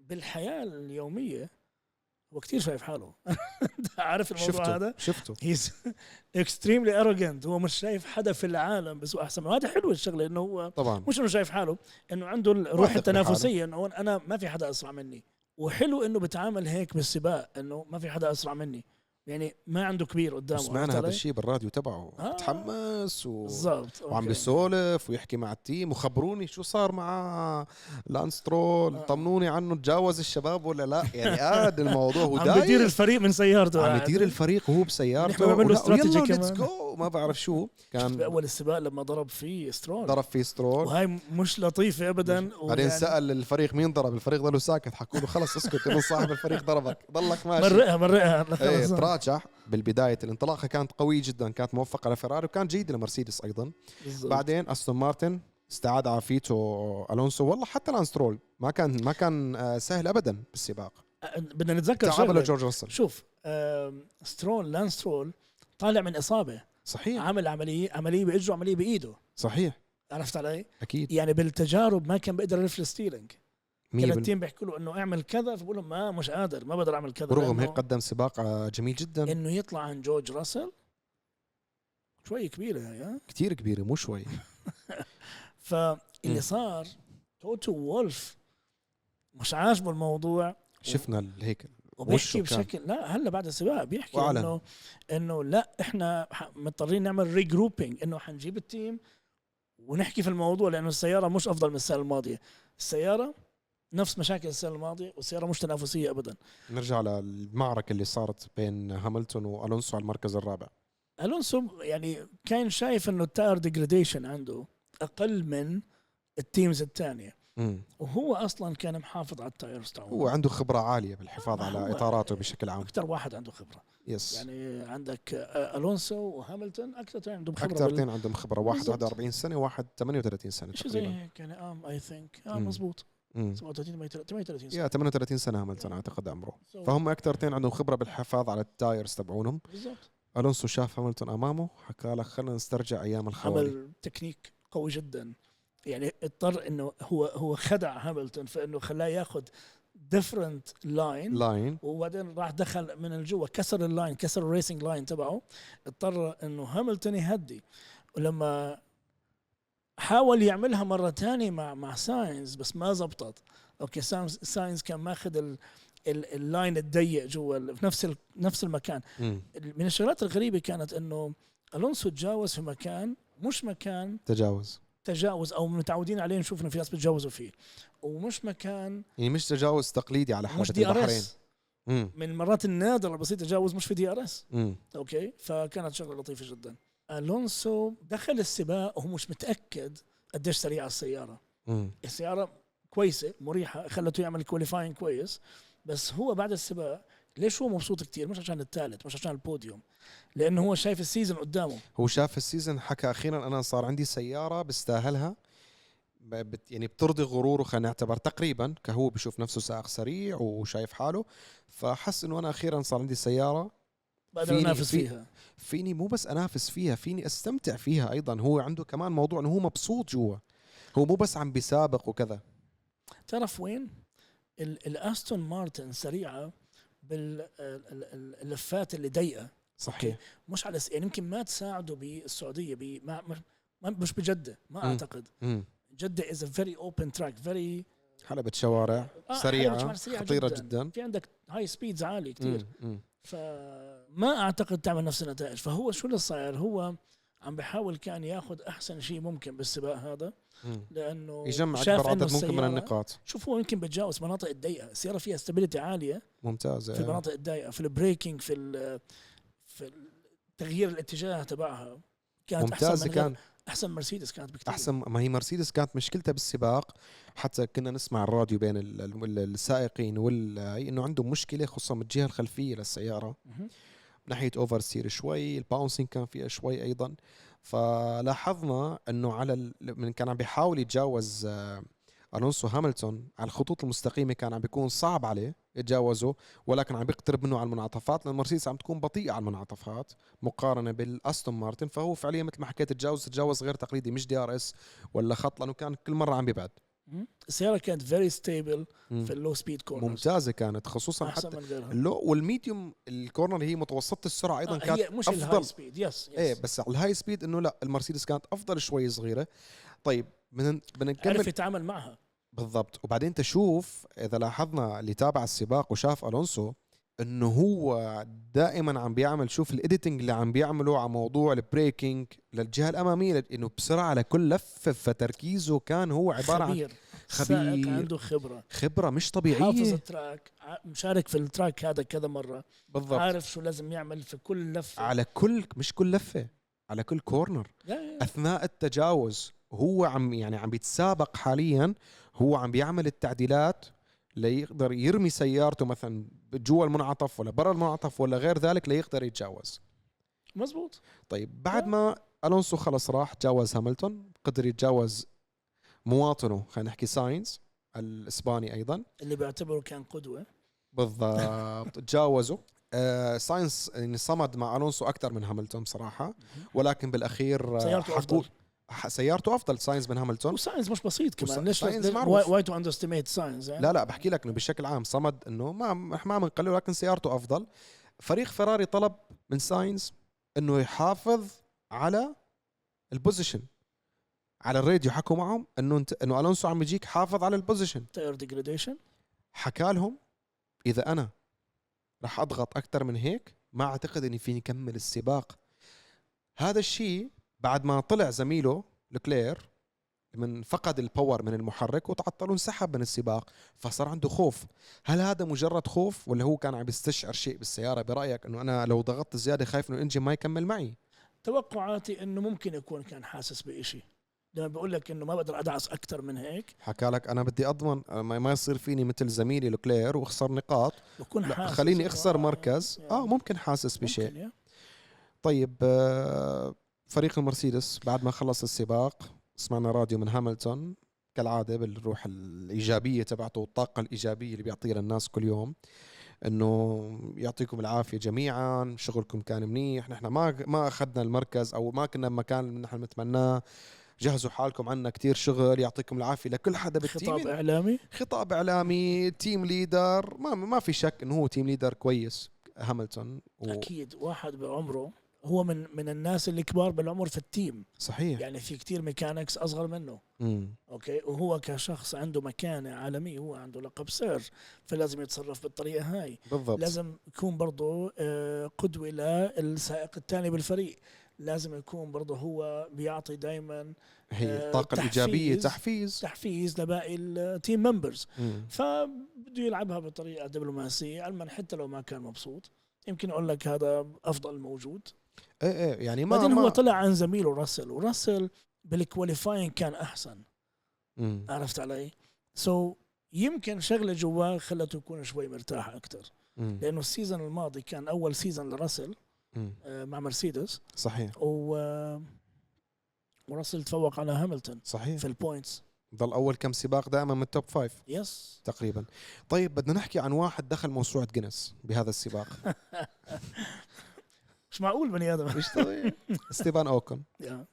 Speaker 2: بالحياه اليوميه هو كثير شايف حاله أنت عارف الموضوع
Speaker 1: شفته
Speaker 2: هذا
Speaker 1: شفته
Speaker 2: هيز اكستريملي اروجنت هو مش شايف حدا في العالم بس هو احسن منه. هذا حلو الشغله انه هو
Speaker 1: طبعا
Speaker 2: مش انه شايف حاله انه عنده الروح
Speaker 1: واثق
Speaker 2: التنافسيه انه أنا- انا ما في حدا اسرع مني وحلو انه بتعامل هيك بالسباق انه ما في حدا اسرع مني يعني ما عنده كبير قدامه عرفت
Speaker 1: سمعنا هذا
Speaker 2: علي؟
Speaker 1: الشيء بالراديو تبعه
Speaker 2: آه.
Speaker 1: متحمس و...
Speaker 2: بالضبط
Speaker 1: وعم
Speaker 2: أوكي.
Speaker 1: بيسولف ويحكي مع التيم وخبروني شو صار مع لانس ترول
Speaker 2: آه.
Speaker 1: طمنوني عنه تجاوز الشباب ولا لا يعني قاعد الموضوع هو
Speaker 2: عم بدير
Speaker 1: داير
Speaker 2: الفريق من سيارته
Speaker 1: عم
Speaker 2: قاعد.
Speaker 1: يدير الفريق وهو
Speaker 2: نحن
Speaker 1: بسيارته
Speaker 2: بنعمل له استراتيجي
Speaker 1: ليتس
Speaker 2: كمان.
Speaker 1: جو ما بعرف شو
Speaker 2: شفت
Speaker 1: كان
Speaker 2: باول السباق لما ضرب فيه سترول
Speaker 1: ضرب فيه سترول
Speaker 2: وهاي مش لطيفه ابدا
Speaker 1: بعدين
Speaker 2: ويعني
Speaker 1: سال الفريق مين ضرب الفريق ضلوا ساكت حكوا له خلص اسكت ابن صاحب الفريق ضربك ضلك ماشي
Speaker 2: مرقها مرقها
Speaker 1: ايه
Speaker 2: خلص.
Speaker 1: تراجع بالبدايه الانطلاقه كانت قويه جدا كانت موفقه لفيراري وكانت جيده لمرسيدس ايضا
Speaker 2: بالضبط.
Speaker 1: بعدين استون مارتن استعاد عافيته الونسو والله حتى لانس ترول ما كان ما كان آه، سهل ابدا بالسباق
Speaker 2: أه، بدنا نتذكر
Speaker 1: تعب
Speaker 2: شغله
Speaker 1: لجورج راسل
Speaker 2: شوف آم، سترول لان سترول طالع من اصابه
Speaker 1: صحيح
Speaker 2: عمل عمليه عمليه باجره عمليه بايده
Speaker 1: صحيح
Speaker 2: عرفت علي؟
Speaker 1: اكيد 100%
Speaker 2: يعني بالتجارب ما كان بيقدر يلف الستيرنج كان التيم بيحكوا له انه اعمل كذا فبقول لهم ما مش قادر ما بقدر اعمل كذا
Speaker 1: ورغم
Speaker 2: لأنه-
Speaker 1: هيك قدم سباق آه، جميل جدا
Speaker 2: انه يطلع عن جورج راسل شوي كبيره هي ها؟
Speaker 1: كتير كبيره مو شوي مم.
Speaker 2: فاللي صار توتو وولف مش عاجبه الموضوع
Speaker 1: شفنا ال- هيك وشه
Speaker 2: وبيحكي
Speaker 1: كان.
Speaker 2: بشكل لا هلا بعد السباق بيحكي
Speaker 1: وأعلن.
Speaker 2: انه انه لا احنا ح- مضطرين نعمل ريجروبينج انه حنجيب التيم ونحكي في الموضوع لانه السياره مش افضل من السنه الماضيه السياره نفس مشاكل السنه الماضيه والسياره مش تنافسيه ابدا
Speaker 1: نرجع للمعركه اللي صارت بين هاملتون والونسو على المركز الرابع
Speaker 2: الونسو يعني كان شايف انه التاير ديجريديشن عنده اقل من التيمز الثانيه
Speaker 1: مم.
Speaker 2: وهو اصلا كان محافظ على التايرز تاعه
Speaker 1: هو عنده خبره عاليه بالحفاظ
Speaker 2: آه،
Speaker 1: على
Speaker 2: هو-
Speaker 1: اطاراته بشكل عام
Speaker 2: اكثر واحد عنده خبره
Speaker 1: يس
Speaker 2: يعني عندك آه، الونسو وهاملتون اكثر اثنين عندهم خبره
Speaker 1: اكثر
Speaker 2: بال-
Speaker 1: اثنين عندهم خبره واحد
Speaker 2: بالضبط.
Speaker 1: 41 سنه وواحد 38 سنه
Speaker 2: شيء زي
Speaker 1: تقريبا
Speaker 2: هيك يعني اه اي ثينك اه
Speaker 1: مم.
Speaker 2: مزبوط
Speaker 1: مم.
Speaker 2: 37 38 سنه
Speaker 1: يا 38 سنه هاملتون اعتقد عمره
Speaker 2: So-
Speaker 1: فهم اكثر اثنين عندهم خبره بالحفاظ على التايرز تبعونهم
Speaker 2: بالضبط
Speaker 1: الونسو شاف هاملتون امامه حكى لك خلينا نسترجع ايام الخوالي
Speaker 2: عمل تكنيك قوي جدا يعني اضطر انه هو هو خدع هاملتون فانه خلاه ياخذ ديفرنت لاين
Speaker 1: لاين
Speaker 2: وبعدين راح دخل من الجوا كسر اللاين كسر الريسنج لاين تبعه اضطر انه هاملتون يهدي ولما حاول يعملها مره ثانيه مع مع ساينز بس ما زبطت اوكي ساينز, ساينز كان ماخذ ال ال- اللاين الضيق جوا ال- في نفس ال- نفس المكان
Speaker 1: مم.
Speaker 2: من الشغلات الغريبه كانت انه الونسو تجاوز في مكان مش مكان
Speaker 1: تجاوز
Speaker 2: تجاوز او متعودين عليه نشوف انه في ناس بتجاوزوا فيه ومش مكان
Speaker 1: يعني مش تجاوز تقليدي على
Speaker 2: مش
Speaker 1: حاجه
Speaker 2: دي ار
Speaker 1: البحرين
Speaker 2: اس
Speaker 1: مم.
Speaker 2: من المرات النادره اللي بصير تجاوز مش في دي ار اس
Speaker 1: مم.
Speaker 2: اوكي فكانت شغله لطيفه جدا الونسو دخل السباق وهو مش متاكد قديش سريعه السياره
Speaker 1: مم.
Speaker 2: السياره كويسه مريحه خلته يعمل كواليفاين كويس بس هو بعد السباق ليش هو مبسوط كتير مش عشان الثالث مش عشان البوديوم لانه هو شايف السيزون قدامه
Speaker 1: هو شاف السيزون حكى اخيرا انا صار عندي سياره بستاهلها ب- بت يعني بترضي غروره خلينا نعتبر تقريبا كهو بشوف نفسه سائق سريع وشايف حاله فحس انه انا اخيرا صار عندي سياره
Speaker 2: بقدر
Speaker 1: فيني-
Speaker 2: انافس
Speaker 1: في-
Speaker 2: فيها
Speaker 1: فيني مو بس انافس فيها فيني استمتع فيها ايضا هو عنده كمان موضوع انه هو مبسوط جوا هو مو بس عم بيسابق وكذا
Speaker 2: تعرف وين؟ ال- الاستون مارتن سريعه باللفات اللي ضيقه
Speaker 1: صحيح
Speaker 2: مش على س- يعني يمكن ما تساعده بالسعوديه ب- ما ما- ما- مش بجده ما
Speaker 1: مم.
Speaker 2: اعتقد
Speaker 1: امم
Speaker 2: جده از فيري اوبن تراك فيري
Speaker 1: حلبة شوارع
Speaker 2: آه،
Speaker 1: سريعة خطيرة جدا
Speaker 2: في عندك هاي سبيدز عاليه كثير
Speaker 1: مم، مم.
Speaker 2: فما اعتقد تعمل نفس النتائج فهو شو اللي صاير هو عم بحاول كان ياخذ احسن شيء ممكن بالسباق هذا
Speaker 1: مم.
Speaker 2: لانه
Speaker 1: يجمع
Speaker 2: شاف
Speaker 1: اكبر
Speaker 2: إنه
Speaker 1: عدد ممكن من
Speaker 2: السيارة-
Speaker 1: النقاط
Speaker 2: شوف هو يمكن بتجاوز مناطق الضيقه السياره فيها استابيليتي عاليه
Speaker 1: ممتاز
Speaker 2: في المناطق الضيقه في البريكنج في ال- في تغيير الاتجاه تبعها كانت
Speaker 1: ممتازه
Speaker 2: احسن من غير-
Speaker 1: كان
Speaker 2: احسن مرسيدس كانت بكثير
Speaker 1: احسن ما هي مرسيدس كانت مشكلتها بالسباق حتى كنا نسمع الراديو بين ال- ال- ال- السائقين وال هي انه عندهم مشكله خصوصا من الجهه الخلفيه للسياره
Speaker 2: مهم.
Speaker 1: من ناحيه اوفر سير شوي الباونسينج كان فيها شوي ايضا فلاحظنا انه على ال- من كان عم بيحاول يتجاوز آه، الونسو هاملتون على الخطوط المستقيمه كان عم بيكون صعب عليه يتجاوزه ولكن عم بيقترب منه على المنعطفات لان مرسيدس عم تكون بطيئه على المنعطفات مقارنه بالاستون مارتن فهو فعليا مثل ما حكيت تجاوز تجاوز غير تقليدي مش دي ار اس ولا خط لانه كان كل مره عم بيبعد
Speaker 2: مهم. السياره كانت فيري ستيبل
Speaker 1: مم.
Speaker 2: في اللو سبيد كورنرز
Speaker 1: ممتازه كانت خصوصا حتى
Speaker 2: احسن من غيرها
Speaker 1: اللو والميديوم الكورنر هي متوسطه السرعه ايضا
Speaker 2: آه،
Speaker 1: كانت
Speaker 2: هي مش الهاي
Speaker 1: افضل
Speaker 2: سبيد يس
Speaker 1: ايه
Speaker 2: يس
Speaker 1: بس على الهاي سبيد انه لا المرسيدس كانت افضل شوي صغيره طيب بدنا بدنا
Speaker 2: عرف
Speaker 1: نكمل
Speaker 2: يتعامل معها
Speaker 1: بالضبط وبعدين تشوف اذا لاحظنا اللي تابع السباق وشاف الونسو انه هو دائما عم بيعمل شوف الايديتنج اللي عم بيعمله على موضوع البريكنج للجهه الاماميه انه بسرعه لكل لفه فتركيزه كان هو عباره عن
Speaker 2: خبير سائق
Speaker 1: خبير.
Speaker 2: عنده خبره
Speaker 1: خبره مش
Speaker 2: حافظ
Speaker 1: طبيعيه
Speaker 2: التراك ع- مشارك في التراك هذا كذا مره
Speaker 1: بالضبط
Speaker 2: عارف شو لازم يعمل في كل لفه
Speaker 1: على كل مش كل لفه على كل كورنر
Speaker 2: لا، لا، لا.
Speaker 1: اثناء التجاوز هو عم يعني عم بيتسابق حاليا هو عم بيعمل التعديلات ليقدر يرمي سيارته مثلا جوا المنعطف ولا برا المنعطف ولا غير ذلك ليقدر يتجاوز
Speaker 2: مزبوط
Speaker 1: طيب بعد ما الونسو خلص راح جاوز هاملتون قدر يتجاوز مواطنه خلينا نحكي ساينز الاسباني ايضا
Speaker 2: اللي بعتبره كان قدوه
Speaker 1: بالضبط تجاوزوا آه ساينس يعني صمد مع الونسو اكثر من هاملتون بصراحه ولكن بالاخير آه،
Speaker 2: سيارته
Speaker 1: حقوا-
Speaker 2: افضل
Speaker 1: ح- سيارته افضل ساينز من هاملتون
Speaker 2: وساينس مش بسيط
Speaker 1: وسا-
Speaker 2: كمان ليش
Speaker 1: ساينز
Speaker 2: ليش-
Speaker 1: معروف.
Speaker 2: واي- واي تو اندر استيميت ساينس يعني
Speaker 1: لا لا بحكي لك انه بشكل عام صمد انه ما إحنا ما عم نقلل لكن سيارته افضل فريق فراري طلب من ساينز انه يحافظ على البوزيشن على الراديو حكوا معهم انه انت انه الونسو عم يجيك حافظ على البوزيشن
Speaker 2: تاير ديجريديشن
Speaker 1: حكى لهم اذا انا رح اضغط اكثر من هيك ما اعتقد اني فيني كمل السباق هذا الشيء بعد ما طلع زميله لكلير من فقد الباور من المحرك وتعطل وانسحب من السباق فصار عنده خوف هل هذا مجرد خوف ولا هو كان عم يستشعر شيء بالسياره برايك انه انا لو ضغطت زياده خايف انه الانجن ما يكمل معي
Speaker 2: توقعاتي انه ممكن يكون كان حاسس بإشي لما بقول لك انه ما بقدر ادعس اكثر من هيك
Speaker 1: حكى لك انا بدي اضمن ما ما يصير فيني مثل زميلي لكلير واخسر نقاط
Speaker 2: بكون
Speaker 1: لا
Speaker 2: حاسس
Speaker 1: خليني
Speaker 2: إنه
Speaker 1: اخسر
Speaker 2: آه،
Speaker 1: مركز
Speaker 2: يعني
Speaker 1: اه ممكن حاسس
Speaker 2: ممكن،
Speaker 1: بشيء
Speaker 2: يا.
Speaker 1: طيب آه، فريق المرسيدس بعد ما خلص السباق سمعنا راديو من هاملتون كالعاده بالروح الايجابيه تبعته والطاقه الايجابيه اللي بيعطيها للناس كل يوم انه يعطيكم العافيه جميعا شغلكم كان منيح نحن ما ما اخذنا المركز او ما كنا بمكان اللي نحن متمناه جهزوا حالكم عنا كتير شغل يعطيكم العافيه لكل حدا بالتيم
Speaker 2: خطاب إيه؟ اعلامي
Speaker 1: خطاب اعلامي تيم ليدر ما ما في شك انه هو تيم ليدر كويس هاملتون و-
Speaker 2: اكيد واحد بعمره هو من من الناس اللي كبار بالعمر في التيم
Speaker 1: صحيح
Speaker 2: يعني في كتير ميكانكس اصغر منه
Speaker 1: مم.
Speaker 2: اوكي وهو كشخص عنده مكانه عالميه هو عنده لقب سير فلازم يتصرف بالطريقه هاي
Speaker 1: بالضبط
Speaker 2: لازم يكون برضه آه، قدوه للسائق الثاني بالفريق لازم يكون برضه هو بيعطي دائما
Speaker 1: هي
Speaker 2: آه،
Speaker 1: الطاقة الإيجابية
Speaker 2: تحفيز.
Speaker 1: تحفيز
Speaker 2: تحفيز لباقي التيم ممبرز
Speaker 1: مم.
Speaker 2: فبده يلعبها بطريقه دبلوماسيه علما حتى لو ما كان مبسوط يمكن اقول لك هذا افضل موجود
Speaker 1: إيه إيه يعني ما
Speaker 2: بعدين
Speaker 1: ما
Speaker 2: هو طلع عن زميله راسل وراسل بالكواليفاين كان احسن
Speaker 1: مم.
Speaker 2: عرفت علي؟ سو so, يمكن شغله جواه خلته يكون شوي مرتاح اكثر
Speaker 1: مم.
Speaker 2: لانه السيزون الماضي كان اول سيزون لراسل
Speaker 1: مم.
Speaker 2: آه، مع مرسيدس
Speaker 1: صحيح
Speaker 2: و آه، وراسل تفوق على هاملتون
Speaker 1: صحيح
Speaker 2: في البوينتس
Speaker 1: ضل أول كم سباق دائما من التوب فايف
Speaker 2: يس
Speaker 1: تقريبا طيب بدنا نحكي عن واحد دخل موسوعة جينيس بهذا السباق
Speaker 2: مش معقول بني ادم
Speaker 1: مش طبيعي ستيفان أوكن
Speaker 2: يا،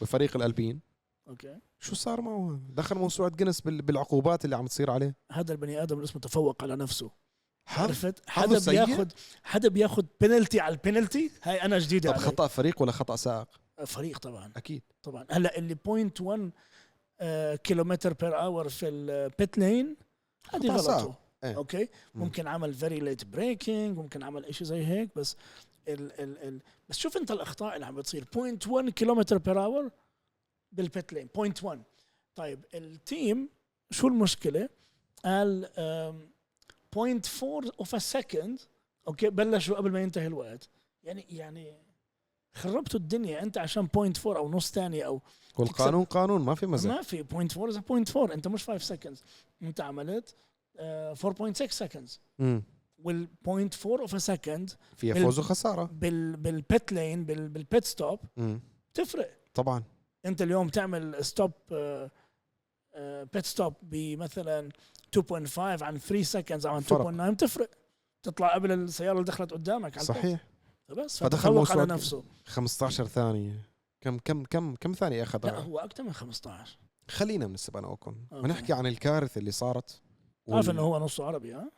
Speaker 1: بفريق الألبين
Speaker 2: اوكي
Speaker 1: شو صار معه دخل موسوعة جينيس بال- بالعقوبات اللي عم تصير عليه
Speaker 2: هذا البني ادم اللي اسمه تفوق على نفسه
Speaker 1: حرف
Speaker 2: عرفت
Speaker 1: حظه
Speaker 2: حدا
Speaker 1: سيء؟
Speaker 2: بياخد حدا بياخد بينالتي على البينالتي هاي انا جديده
Speaker 1: طب
Speaker 2: علي.
Speaker 1: خطأ فريق ولا خطأ سائق
Speaker 2: فريق طبعا
Speaker 1: أكيد
Speaker 2: طبعا هلا اللي بوينت 1 آه، كيلومتر بير اور في البيت لين هذه
Speaker 1: خطأ صعب.
Speaker 2: غلطه
Speaker 1: إيه.
Speaker 2: اوكي
Speaker 1: مم.
Speaker 2: ممكن عمل فيري ليت بريكنج ممكن عمل إشي زي هيك بس ال ال ال بس شوف انت الاخطاء اللي عم بتصير 0.1 كيلومتر بير اور بالبيت لين 0.1 طيب التيم شو المشكله؟ قال آم، 0.4 اوف ا سكند اوكي بلشوا قبل ما ينتهي الوقت يعني يعني خربتوا الدنيا انت عشان بوينت فور او نص ثانيه او
Speaker 1: والقانون قانون ما في مزح
Speaker 2: ما في بوينت فور اذا بوينت فور انت مش 5 سكندز انت عملت آه، 4.6 سكندز
Speaker 1: مم.
Speaker 2: والبوينت فور اوف ا سكند
Speaker 1: فيها
Speaker 2: بال-
Speaker 1: فوز وخساره
Speaker 2: بال بالبيت لين بال بالبيت ستوب
Speaker 1: مم.
Speaker 2: تفرق
Speaker 1: طبعا
Speaker 2: انت اليوم تعمل آه، ستوب بيت ستوب بمثلا 2.5 عن 3 سكندز او عن
Speaker 1: فرق.
Speaker 2: 2.9 تفرق تطلع قبل السياره اللي دخلت قدامك على البوم.
Speaker 1: صحيح
Speaker 2: بس
Speaker 1: فدخل
Speaker 2: فدخل على
Speaker 1: موسوعة-
Speaker 2: نفسه
Speaker 1: 15 ثانيه كم كم كم كم ثانيه
Speaker 2: لا
Speaker 1: اخذ
Speaker 2: هو اكثر من 15
Speaker 1: خلينا من السبان اوكون
Speaker 2: أوكي.
Speaker 1: ونحكي عن الكارثه اللي صارت
Speaker 2: عارف انه هو نصه عربي ها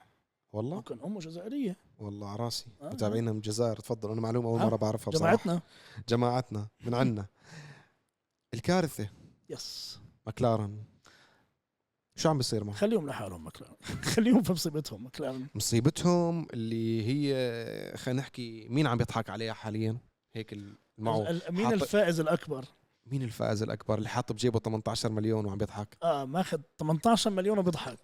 Speaker 1: والله
Speaker 2: وكان امه جزائريه
Speaker 1: والله على راسي
Speaker 2: آه.
Speaker 1: متابعينا من الجزائر تفضل انا معلومه اول
Speaker 2: آه.
Speaker 1: مره بعرفها بصراحه
Speaker 2: جماعتنا
Speaker 1: جماعتنا من عنا الكارثه
Speaker 2: يس
Speaker 1: مكلارن شو عم بيصير معهم
Speaker 2: خليهم لحالهم مكلارن خليهم في مصيبتهم
Speaker 1: نعم.
Speaker 2: مكلارن
Speaker 1: مصيبتهم اللي هي خلينا نحكي مين عم يضحك عليها حاليا هيك المعه
Speaker 2: ال- مين
Speaker 1: حاط-
Speaker 2: الفائز الاكبر؟
Speaker 1: مين الفائز الاكبر اللي حاط بجيبه 18 مليون وعم يضحك
Speaker 2: اه ماخذ 18 مليون وبيضحك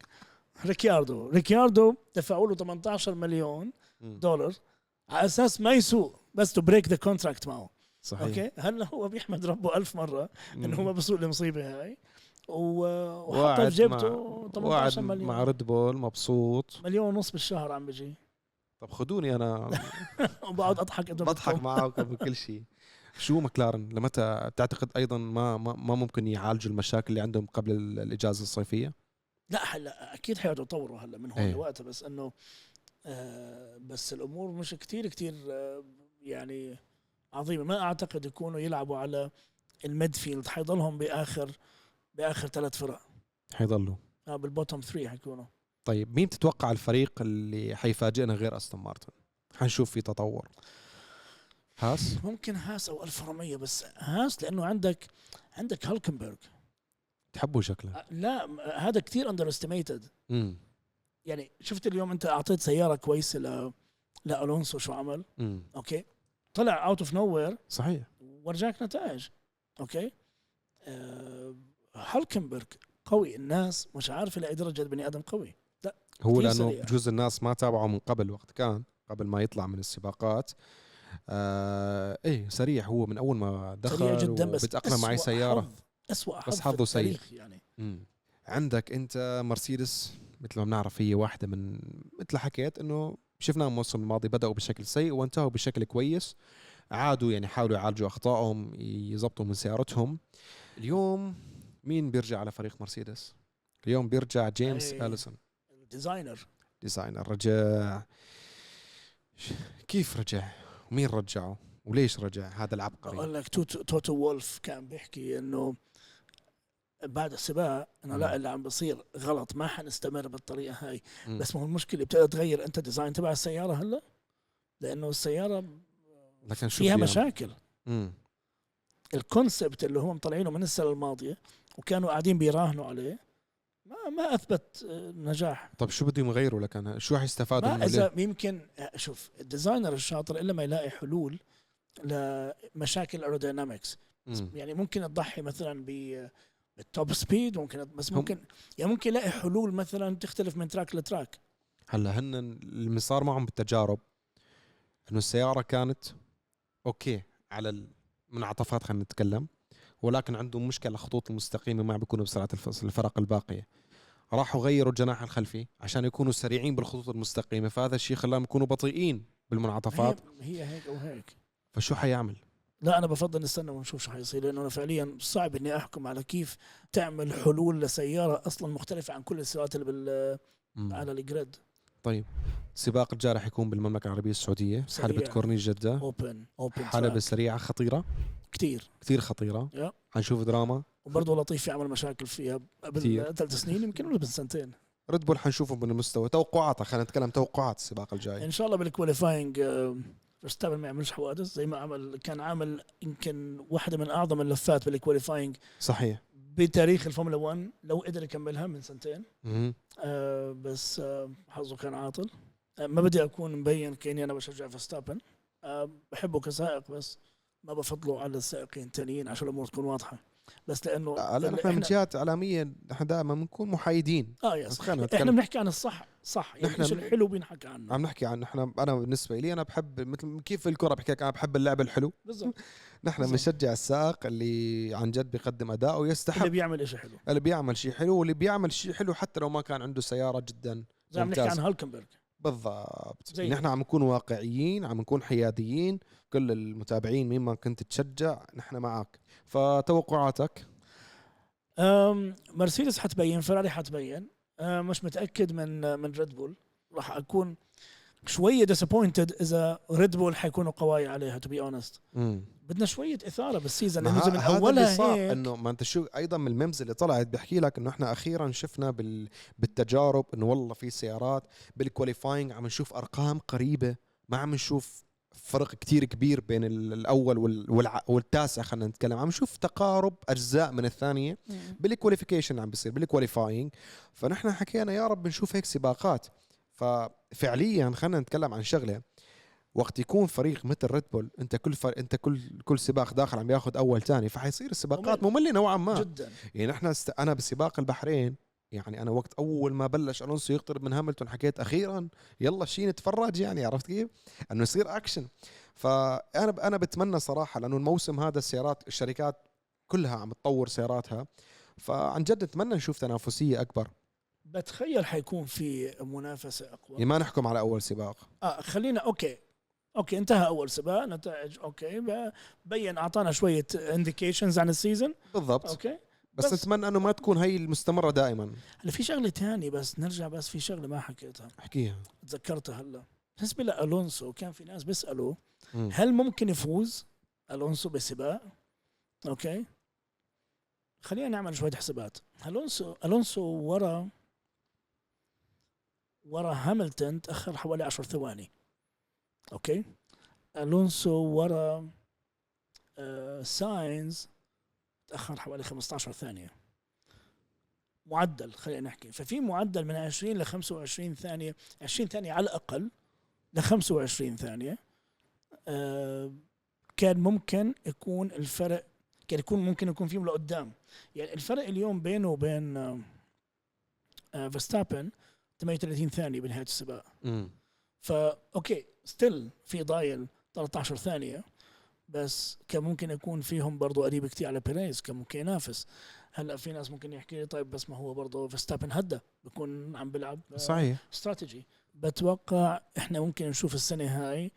Speaker 2: ريكياردو ريكياردو دفعوا له 18 مليون
Speaker 1: مم.
Speaker 2: دولار على اساس ما يسوق بس تو بريك ذا كونتراكت معه
Speaker 1: صحيح
Speaker 2: اوكي هلا هو بيحمد ربه ألف مره انه
Speaker 1: مم.
Speaker 2: ما بسوق المصيبه هاي و- وحطها
Speaker 1: وقعد
Speaker 2: بجيبته 18
Speaker 1: وقعد مع
Speaker 2: مليون
Speaker 1: ريد بول مبسوط
Speaker 2: مليون ونص بالشهر عم بيجي
Speaker 1: طب خدوني انا
Speaker 2: وبقعد اضحك قد ما
Speaker 1: بضحك
Speaker 2: بدكم.
Speaker 1: معاكم بكل شيء شو مكلارن لمتى تعتقد ايضا ما ما, ما ممكن يعالجوا المشاكل اللي عندهم قبل ال- الاجازه الصيفيه
Speaker 2: لا هلا اكيد حيتطوروا هلا من هون
Speaker 1: إيه.
Speaker 2: لوقتها بس انه آه بس الامور مش كتير كتير آه يعني عظيمه ما اعتقد يكونوا يلعبوا على الميد فيلد حيضلهم باخر باخر ثلاث فرق
Speaker 1: حيضلوا
Speaker 2: آه بالبوتوم 3 حيكونوا
Speaker 1: طيب مين تتوقع الفريق اللي حيفاجئنا غير استون مارتن حنشوف في تطور هاس
Speaker 2: ممكن هاس او الف رومية بس هاس لانه عندك عندك هالكنبرغ
Speaker 1: تحبوا شكله
Speaker 2: آه لا م- آه، هذا كتير اندر استيميتد
Speaker 1: امم
Speaker 2: يعني شفت اليوم انت اعطيت سياره كويسه ل لالونسو شو عمل
Speaker 1: امم
Speaker 2: اوكي طلع اوت اوف نو وير
Speaker 1: صحيح
Speaker 2: ورجاك نتائج اوكي أه هالكنبرغ قوي الناس مش عارفه لاي درجه بني ادم قوي
Speaker 1: هو
Speaker 2: كتير
Speaker 1: لانه
Speaker 2: سريع.
Speaker 1: بجوز الناس ما تابعوا من قبل وقت كان قبل ما يطلع من السباقات آه ايه سريع هو من اول ما دخل
Speaker 2: سريع جدا بس
Speaker 1: بتأقلم مع أي
Speaker 2: أسوأ
Speaker 1: سياره
Speaker 2: حظ- اسوء حظ
Speaker 1: بس
Speaker 2: في
Speaker 1: حظه سيء.
Speaker 2: التاريخ يعني
Speaker 1: مم. عندك انت مرسيدس مثل ما بنعرف هي واحده من مثل ما حكيت انه شفناها الموسم الماضي بداوا بشكل سيء وانتهوا بشكل كويس عادوا يعني حاولوا يعالجوا اخطائهم يزبطوا من سيارتهم اليوم مين بيرجع على فريق مرسيدس اليوم بيرجع جيمس
Speaker 2: أي.
Speaker 1: اليسون
Speaker 2: الديزاينر
Speaker 1: ديزاينر رجع ش- كيف رجع ومين رجعه وليش رجع هذا العبقري
Speaker 2: بقول لك توتو, توتو وولف كان بيحكي انه بعد السباق انه
Speaker 1: مم.
Speaker 2: لا اللي عم بصير غلط ما حنستمر بالطريقه هاي
Speaker 1: مم.
Speaker 2: بس ما هو المشكله بتقدر تغير انت ديزاين تبع السياره هلا لانه السياره
Speaker 1: لكن شو
Speaker 2: فيها مشاكل
Speaker 1: مم.
Speaker 2: الكونسبت اللي هم مطلعينه من السنه الماضيه وكانوا قاعدين بيراهنوا عليه ما ما اثبت آه، نجاح
Speaker 1: طب طيب شو بدهم يغيروا لكن شو حيستفادوا
Speaker 2: ما
Speaker 1: منه ليه؟
Speaker 2: اذا يمكن آه، شوف الديزاينر الشاطر الا ما يلاقي حلول لمشاكل ايروداينامكس
Speaker 1: مم.
Speaker 2: يعني ممكن تضحي مثلا ب- بالتوب سبيد ممكن بس
Speaker 1: هم-
Speaker 2: ممكن يعني ممكن يلاقي حلول مثلا تختلف من تراك لتراك
Speaker 1: هلا هن اللي صار معهم بالتجارب انه السياره كانت اوكي على المنعطفات خلينا نتكلم ولكن عندهم مشكله الخطوط المستقيمه ما بيكونوا بسرعه الف- الفرق الباقيه راحوا غيروا الجناح الخلفي عشان يكونوا سريعين بالخطوط المستقيمه فهذا الشيء خلاهم يكونوا بطيئين
Speaker 2: هي,
Speaker 1: بالمنعطفات
Speaker 2: هي هيك او هيك
Speaker 1: فشو حيعمل
Speaker 2: لا انا بفضل نستنى ونشوف شو حيصير لانه انا فعليا صعب اني احكم على كيف تعمل حلول لسياره اصلا مختلفه عن كل السيارات اللي بال
Speaker 1: مم.
Speaker 2: على الجريد
Speaker 1: السباق الجاري حيكون بالمملكه العربيه السعوديه
Speaker 2: سريع.
Speaker 1: حلبة كورنيش جده
Speaker 2: اوبن اوبن
Speaker 1: حلبة
Speaker 2: حلبس
Speaker 1: سريعة خطيرة
Speaker 2: كثير
Speaker 1: كثير خطيرة
Speaker 2: يا.
Speaker 1: حنشوف دراما
Speaker 2: وبرضه لطيف يعمل مشاكل فيها
Speaker 1: كتير.
Speaker 2: قبل ثلاث سنين يمكن ولا بالسنتين
Speaker 1: ريد بول حنشوفه من المستوى توقعاتها خلينا نتكلم توقعات السباق الجاي
Speaker 2: ان شاء الله بالكواليفاينج آه، فيرستابن ما يعملش حوادث زي ما عمل كان عامل يمكن واحده من اعظم اللفات بالكواليفاينج
Speaker 1: صحيح
Speaker 2: بتاريخ الفورمولا 1 لو قدر يكملها من سنتين
Speaker 1: مهم.
Speaker 2: آه بس آه حظه كان عاطل آه ما بدي اكون مبين كاني انا بشجع فيرستابن آه بحبه كسائق بس ما بفضله على السائقين التانيين عشان الامور تكون واضحه بس لانه
Speaker 1: لا
Speaker 2: لأنه
Speaker 1: نحن من جهات اعلاميه نحن دائما بنكون محايدين
Speaker 2: اه
Speaker 1: بس
Speaker 2: يس
Speaker 1: خلينا
Speaker 2: احنا
Speaker 1: نتكلم
Speaker 2: بنحكي عن الصح صح يعني
Speaker 1: نحن نعم.
Speaker 2: ايش
Speaker 1: بن-
Speaker 2: الحلو بينحكى عنه
Speaker 1: عم نحكي عن نحن انا بالنسبه لي انا بحب مثل كيف الكره بحكي لك انا بحب اللعب الحلو
Speaker 2: بالضبط
Speaker 1: نحن
Speaker 2: بالضبط.
Speaker 1: بنشجع السائق اللي عن جد بيقدم اداء ويستحق
Speaker 2: اللي بيعمل شيء حلو
Speaker 1: اللي بيعمل شيء حلو واللي بيعمل شيء حلو حتى لو ما كان عنده سياره جدا
Speaker 2: زي ما بنحكي
Speaker 1: ممتاز.
Speaker 2: عن هالكنبرغ
Speaker 1: بالضبط
Speaker 2: زي-
Speaker 1: نحن عم نكون واقعيين عم نكون حياديين كل المتابعين مين ما كنت تشجع نحن معك فتوقعاتك
Speaker 2: أم، مرسيدس حتبين فيراري حتبين أم، مش متاكد من من ريد بول راح اكون شويه ديسابوينتد اذا ريد بول حيكونوا قواي عليها تو بي اونست
Speaker 1: مم.
Speaker 2: بدنا شويه اثاره بالسيزون
Speaker 1: ما
Speaker 2: لانه من
Speaker 1: ه- هذا اللي
Speaker 2: اولها
Speaker 1: صار
Speaker 2: هيك
Speaker 1: انه ما انت شو ايضا من الميمز اللي طلعت بحكي لك انه احنا اخيرا شفنا بال بالتجارب انه والله في سيارات بالكواليفاينج عم نشوف ارقام قريبه ما عم نشوف فرق كتير كبير بين ال- الاول وال- والع- والتاسع خلينا نتكلم عم نشوف تقارب اجزاء من الثانيه بالكواليفيكيشن عم بيصير بالكواليفاينج فنحن حكينا يا رب بنشوف هيك سباقات ففعليا خلينا نتكلم عن شغله وقت يكون فريق مثل ريد بول انت كل فر... انت كل كل سباق داخل عم ياخذ اول ثاني فحيصير السباقات
Speaker 2: ممل.
Speaker 1: ممله نوعا ما
Speaker 2: جدا
Speaker 1: يعني نحن است... انا بسباق البحرين يعني انا وقت اول ما بلش الونسو يقترب من هاملتون حكيت اخيرا يلا شي نتفرج يعني عرفت كيف؟ انه يصير اكشن فانا ب... انا بتمنى صراحه لانه الموسم هذا السيارات الشركات كلها عم تطور سياراتها فعن جد نتمنى نشوف تنافسيه اكبر
Speaker 2: بتخيل حيكون في منافسه اقوى
Speaker 1: يعني ما نحكم على اول سباق
Speaker 2: اه خلينا اوكي اوكي انتهى اول سباق نتائج اوكي ب- بين اعطانا شويه انديكيشنز عن السيزون
Speaker 1: بالضبط
Speaker 2: اوكي
Speaker 1: بس,
Speaker 2: بس.
Speaker 1: بس نتمنى انه ما تكون هي المستمره دائما
Speaker 2: هلا في شغله تانية بس نرجع بس في شغله ما حكيتها
Speaker 1: احكيها
Speaker 2: تذكرتها هلا بالنسبه لالونسو كان في ناس بيسالوا
Speaker 1: مم.
Speaker 2: هل ممكن يفوز الونسو بسباق اوكي خلينا نعمل شويه حسابات الونسو الونسو ورا ورا هاملتون تاخر حوالي 10 ثواني اوكي الونسو ورا آه ساينز تاخر حوالي 15 ثانيه معدل خلينا نحكي ففي معدل من 20 ل 25 ثانيه 20 ثانيه على الاقل ل 25 ثانيه آه، كان ممكن يكون الفرق كان يكون ممكن يكون فيهم لقدام يعني الفرق اليوم بينه وبين آه، آه، فيرستابن 38 ثانية بنهاية السباق
Speaker 1: مم.
Speaker 2: فا اوكي ستيل في ضايل 13 ثانية بس كان ممكن يكون فيهم برضو قريب كتير على بيريز كان ممكن ينافس هلا في ناس ممكن يحكي لي طيب بس ما هو برضه فيرستابن هدى بكون عم بيلعب آه،
Speaker 1: صحيح
Speaker 2: استراتيجي بتوقع احنا ممكن نشوف السنه هاي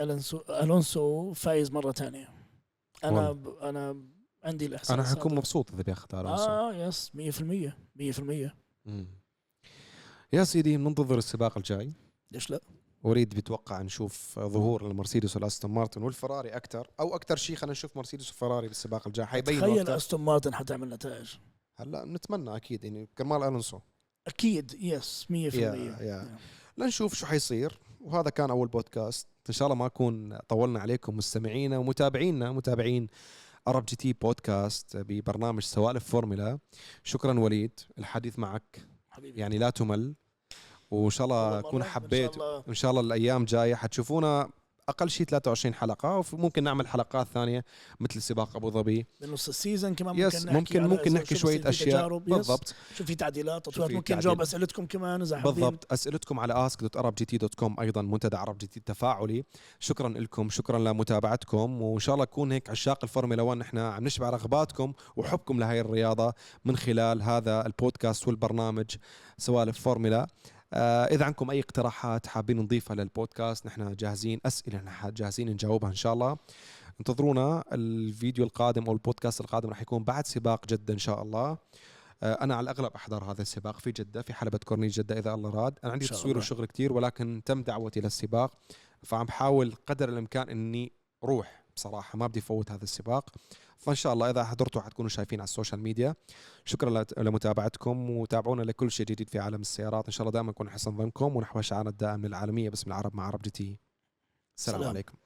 Speaker 2: الونسو الونسو فايز مره تانية انا
Speaker 1: والله.
Speaker 2: ب... انا عندي الاحساس
Speaker 1: انا حكون
Speaker 2: هذا.
Speaker 1: مبسوط اذا بياخذ الونسو
Speaker 2: اه يس 100% 100%
Speaker 1: مم. يا سيدي بننتظر السباق الجاي
Speaker 2: ليش لا؟
Speaker 1: اريد بتوقع نشوف ظهور المرسيدس والاستون مارتن والفراري اكثر او اكثر شيء خلينا نشوف مرسيدس وفراري بالسباق الجاي حيبين
Speaker 2: تخيل
Speaker 1: وقتها.
Speaker 2: استون مارتن حتعمل نتائج
Speaker 1: هلا نتمنى اكيد يعني كرمال الونسو
Speaker 2: اكيد يس 100%
Speaker 1: يا- يا. لنشوف شو حيصير وهذا كان اول بودكاست ان شاء الله ما اكون طولنا عليكم مستمعينا ومتابعينا متابعين عرب جي تي بودكاست ببرنامج سوالف فورمولا شكرا وليد الحديث معك
Speaker 2: حبيبي
Speaker 1: يعني لا تمل وان شاء الله
Speaker 2: والله
Speaker 1: اكون
Speaker 2: مرة، وإن
Speaker 1: حبيت
Speaker 2: شاء الله
Speaker 1: ان شاء الله الايام جايه حتشوفونا اقل شيء 23 حلقه وممكن نعمل حلقات ثانيه مثل سباق ابو ظبي
Speaker 2: بنص السيزون كمان ممكن
Speaker 1: يس
Speaker 2: نحكي
Speaker 1: ممكن
Speaker 2: على
Speaker 1: ممكن
Speaker 2: إذا-
Speaker 1: نحكي
Speaker 2: شو
Speaker 1: شويه
Speaker 2: بصير في
Speaker 1: اشياء
Speaker 2: تجارب، يس.
Speaker 1: بالضبط
Speaker 2: شو في تعديلات
Speaker 1: شو
Speaker 2: تطويرات
Speaker 1: في
Speaker 2: ممكن نجاوب
Speaker 1: تعديل.
Speaker 2: اسئلتكم كمان اذا حابين
Speaker 1: بالضبط اسئلتكم على ask.arabgt.com ايضا منتدى عرب جي تي التفاعلي شكرا لكم شكرا لمتابعتكم وان شاء الله نكون هيك عشاق الفورمولا 1 نحن عم نشبع رغباتكم وحبكم لهي الرياضه من خلال هذا البودكاست والبرنامج سوالف فورمولا آه، إذا عندكم أي اقتراحات حابين نضيفها للبودكاست نحن جاهزين أسئلة نحن جاهزين نجاوبها إن شاء الله انتظرونا الفيديو القادم أو البودكاست القادم راح يكون بعد سباق جدة إن شاء الله آه، أنا على الأغلب أحضر هذا السباق في جدة في حلبة كورنيش جدة إذا الله راد أنا عندي
Speaker 2: إن شاء
Speaker 1: تصوير
Speaker 2: الله.
Speaker 1: وشغل كتير ولكن تم دعوتي للسباق فعم بحاول قدر الإمكان إني روح بصراحة ما بدي فوت هذا السباق فإن شاء الله إذا حضرتوا حتكونوا شايفين على السوشيال ميديا شكرا لت- لمتابعتكم وتابعونا لكل شيء جديد في عالم السيارات ان شاء الله دائما نكون حسن ظنكم ونحو شعارنا الدائم للعالميه باسم العرب مع عرب جي تي السلام
Speaker 2: سلام.
Speaker 1: عليكم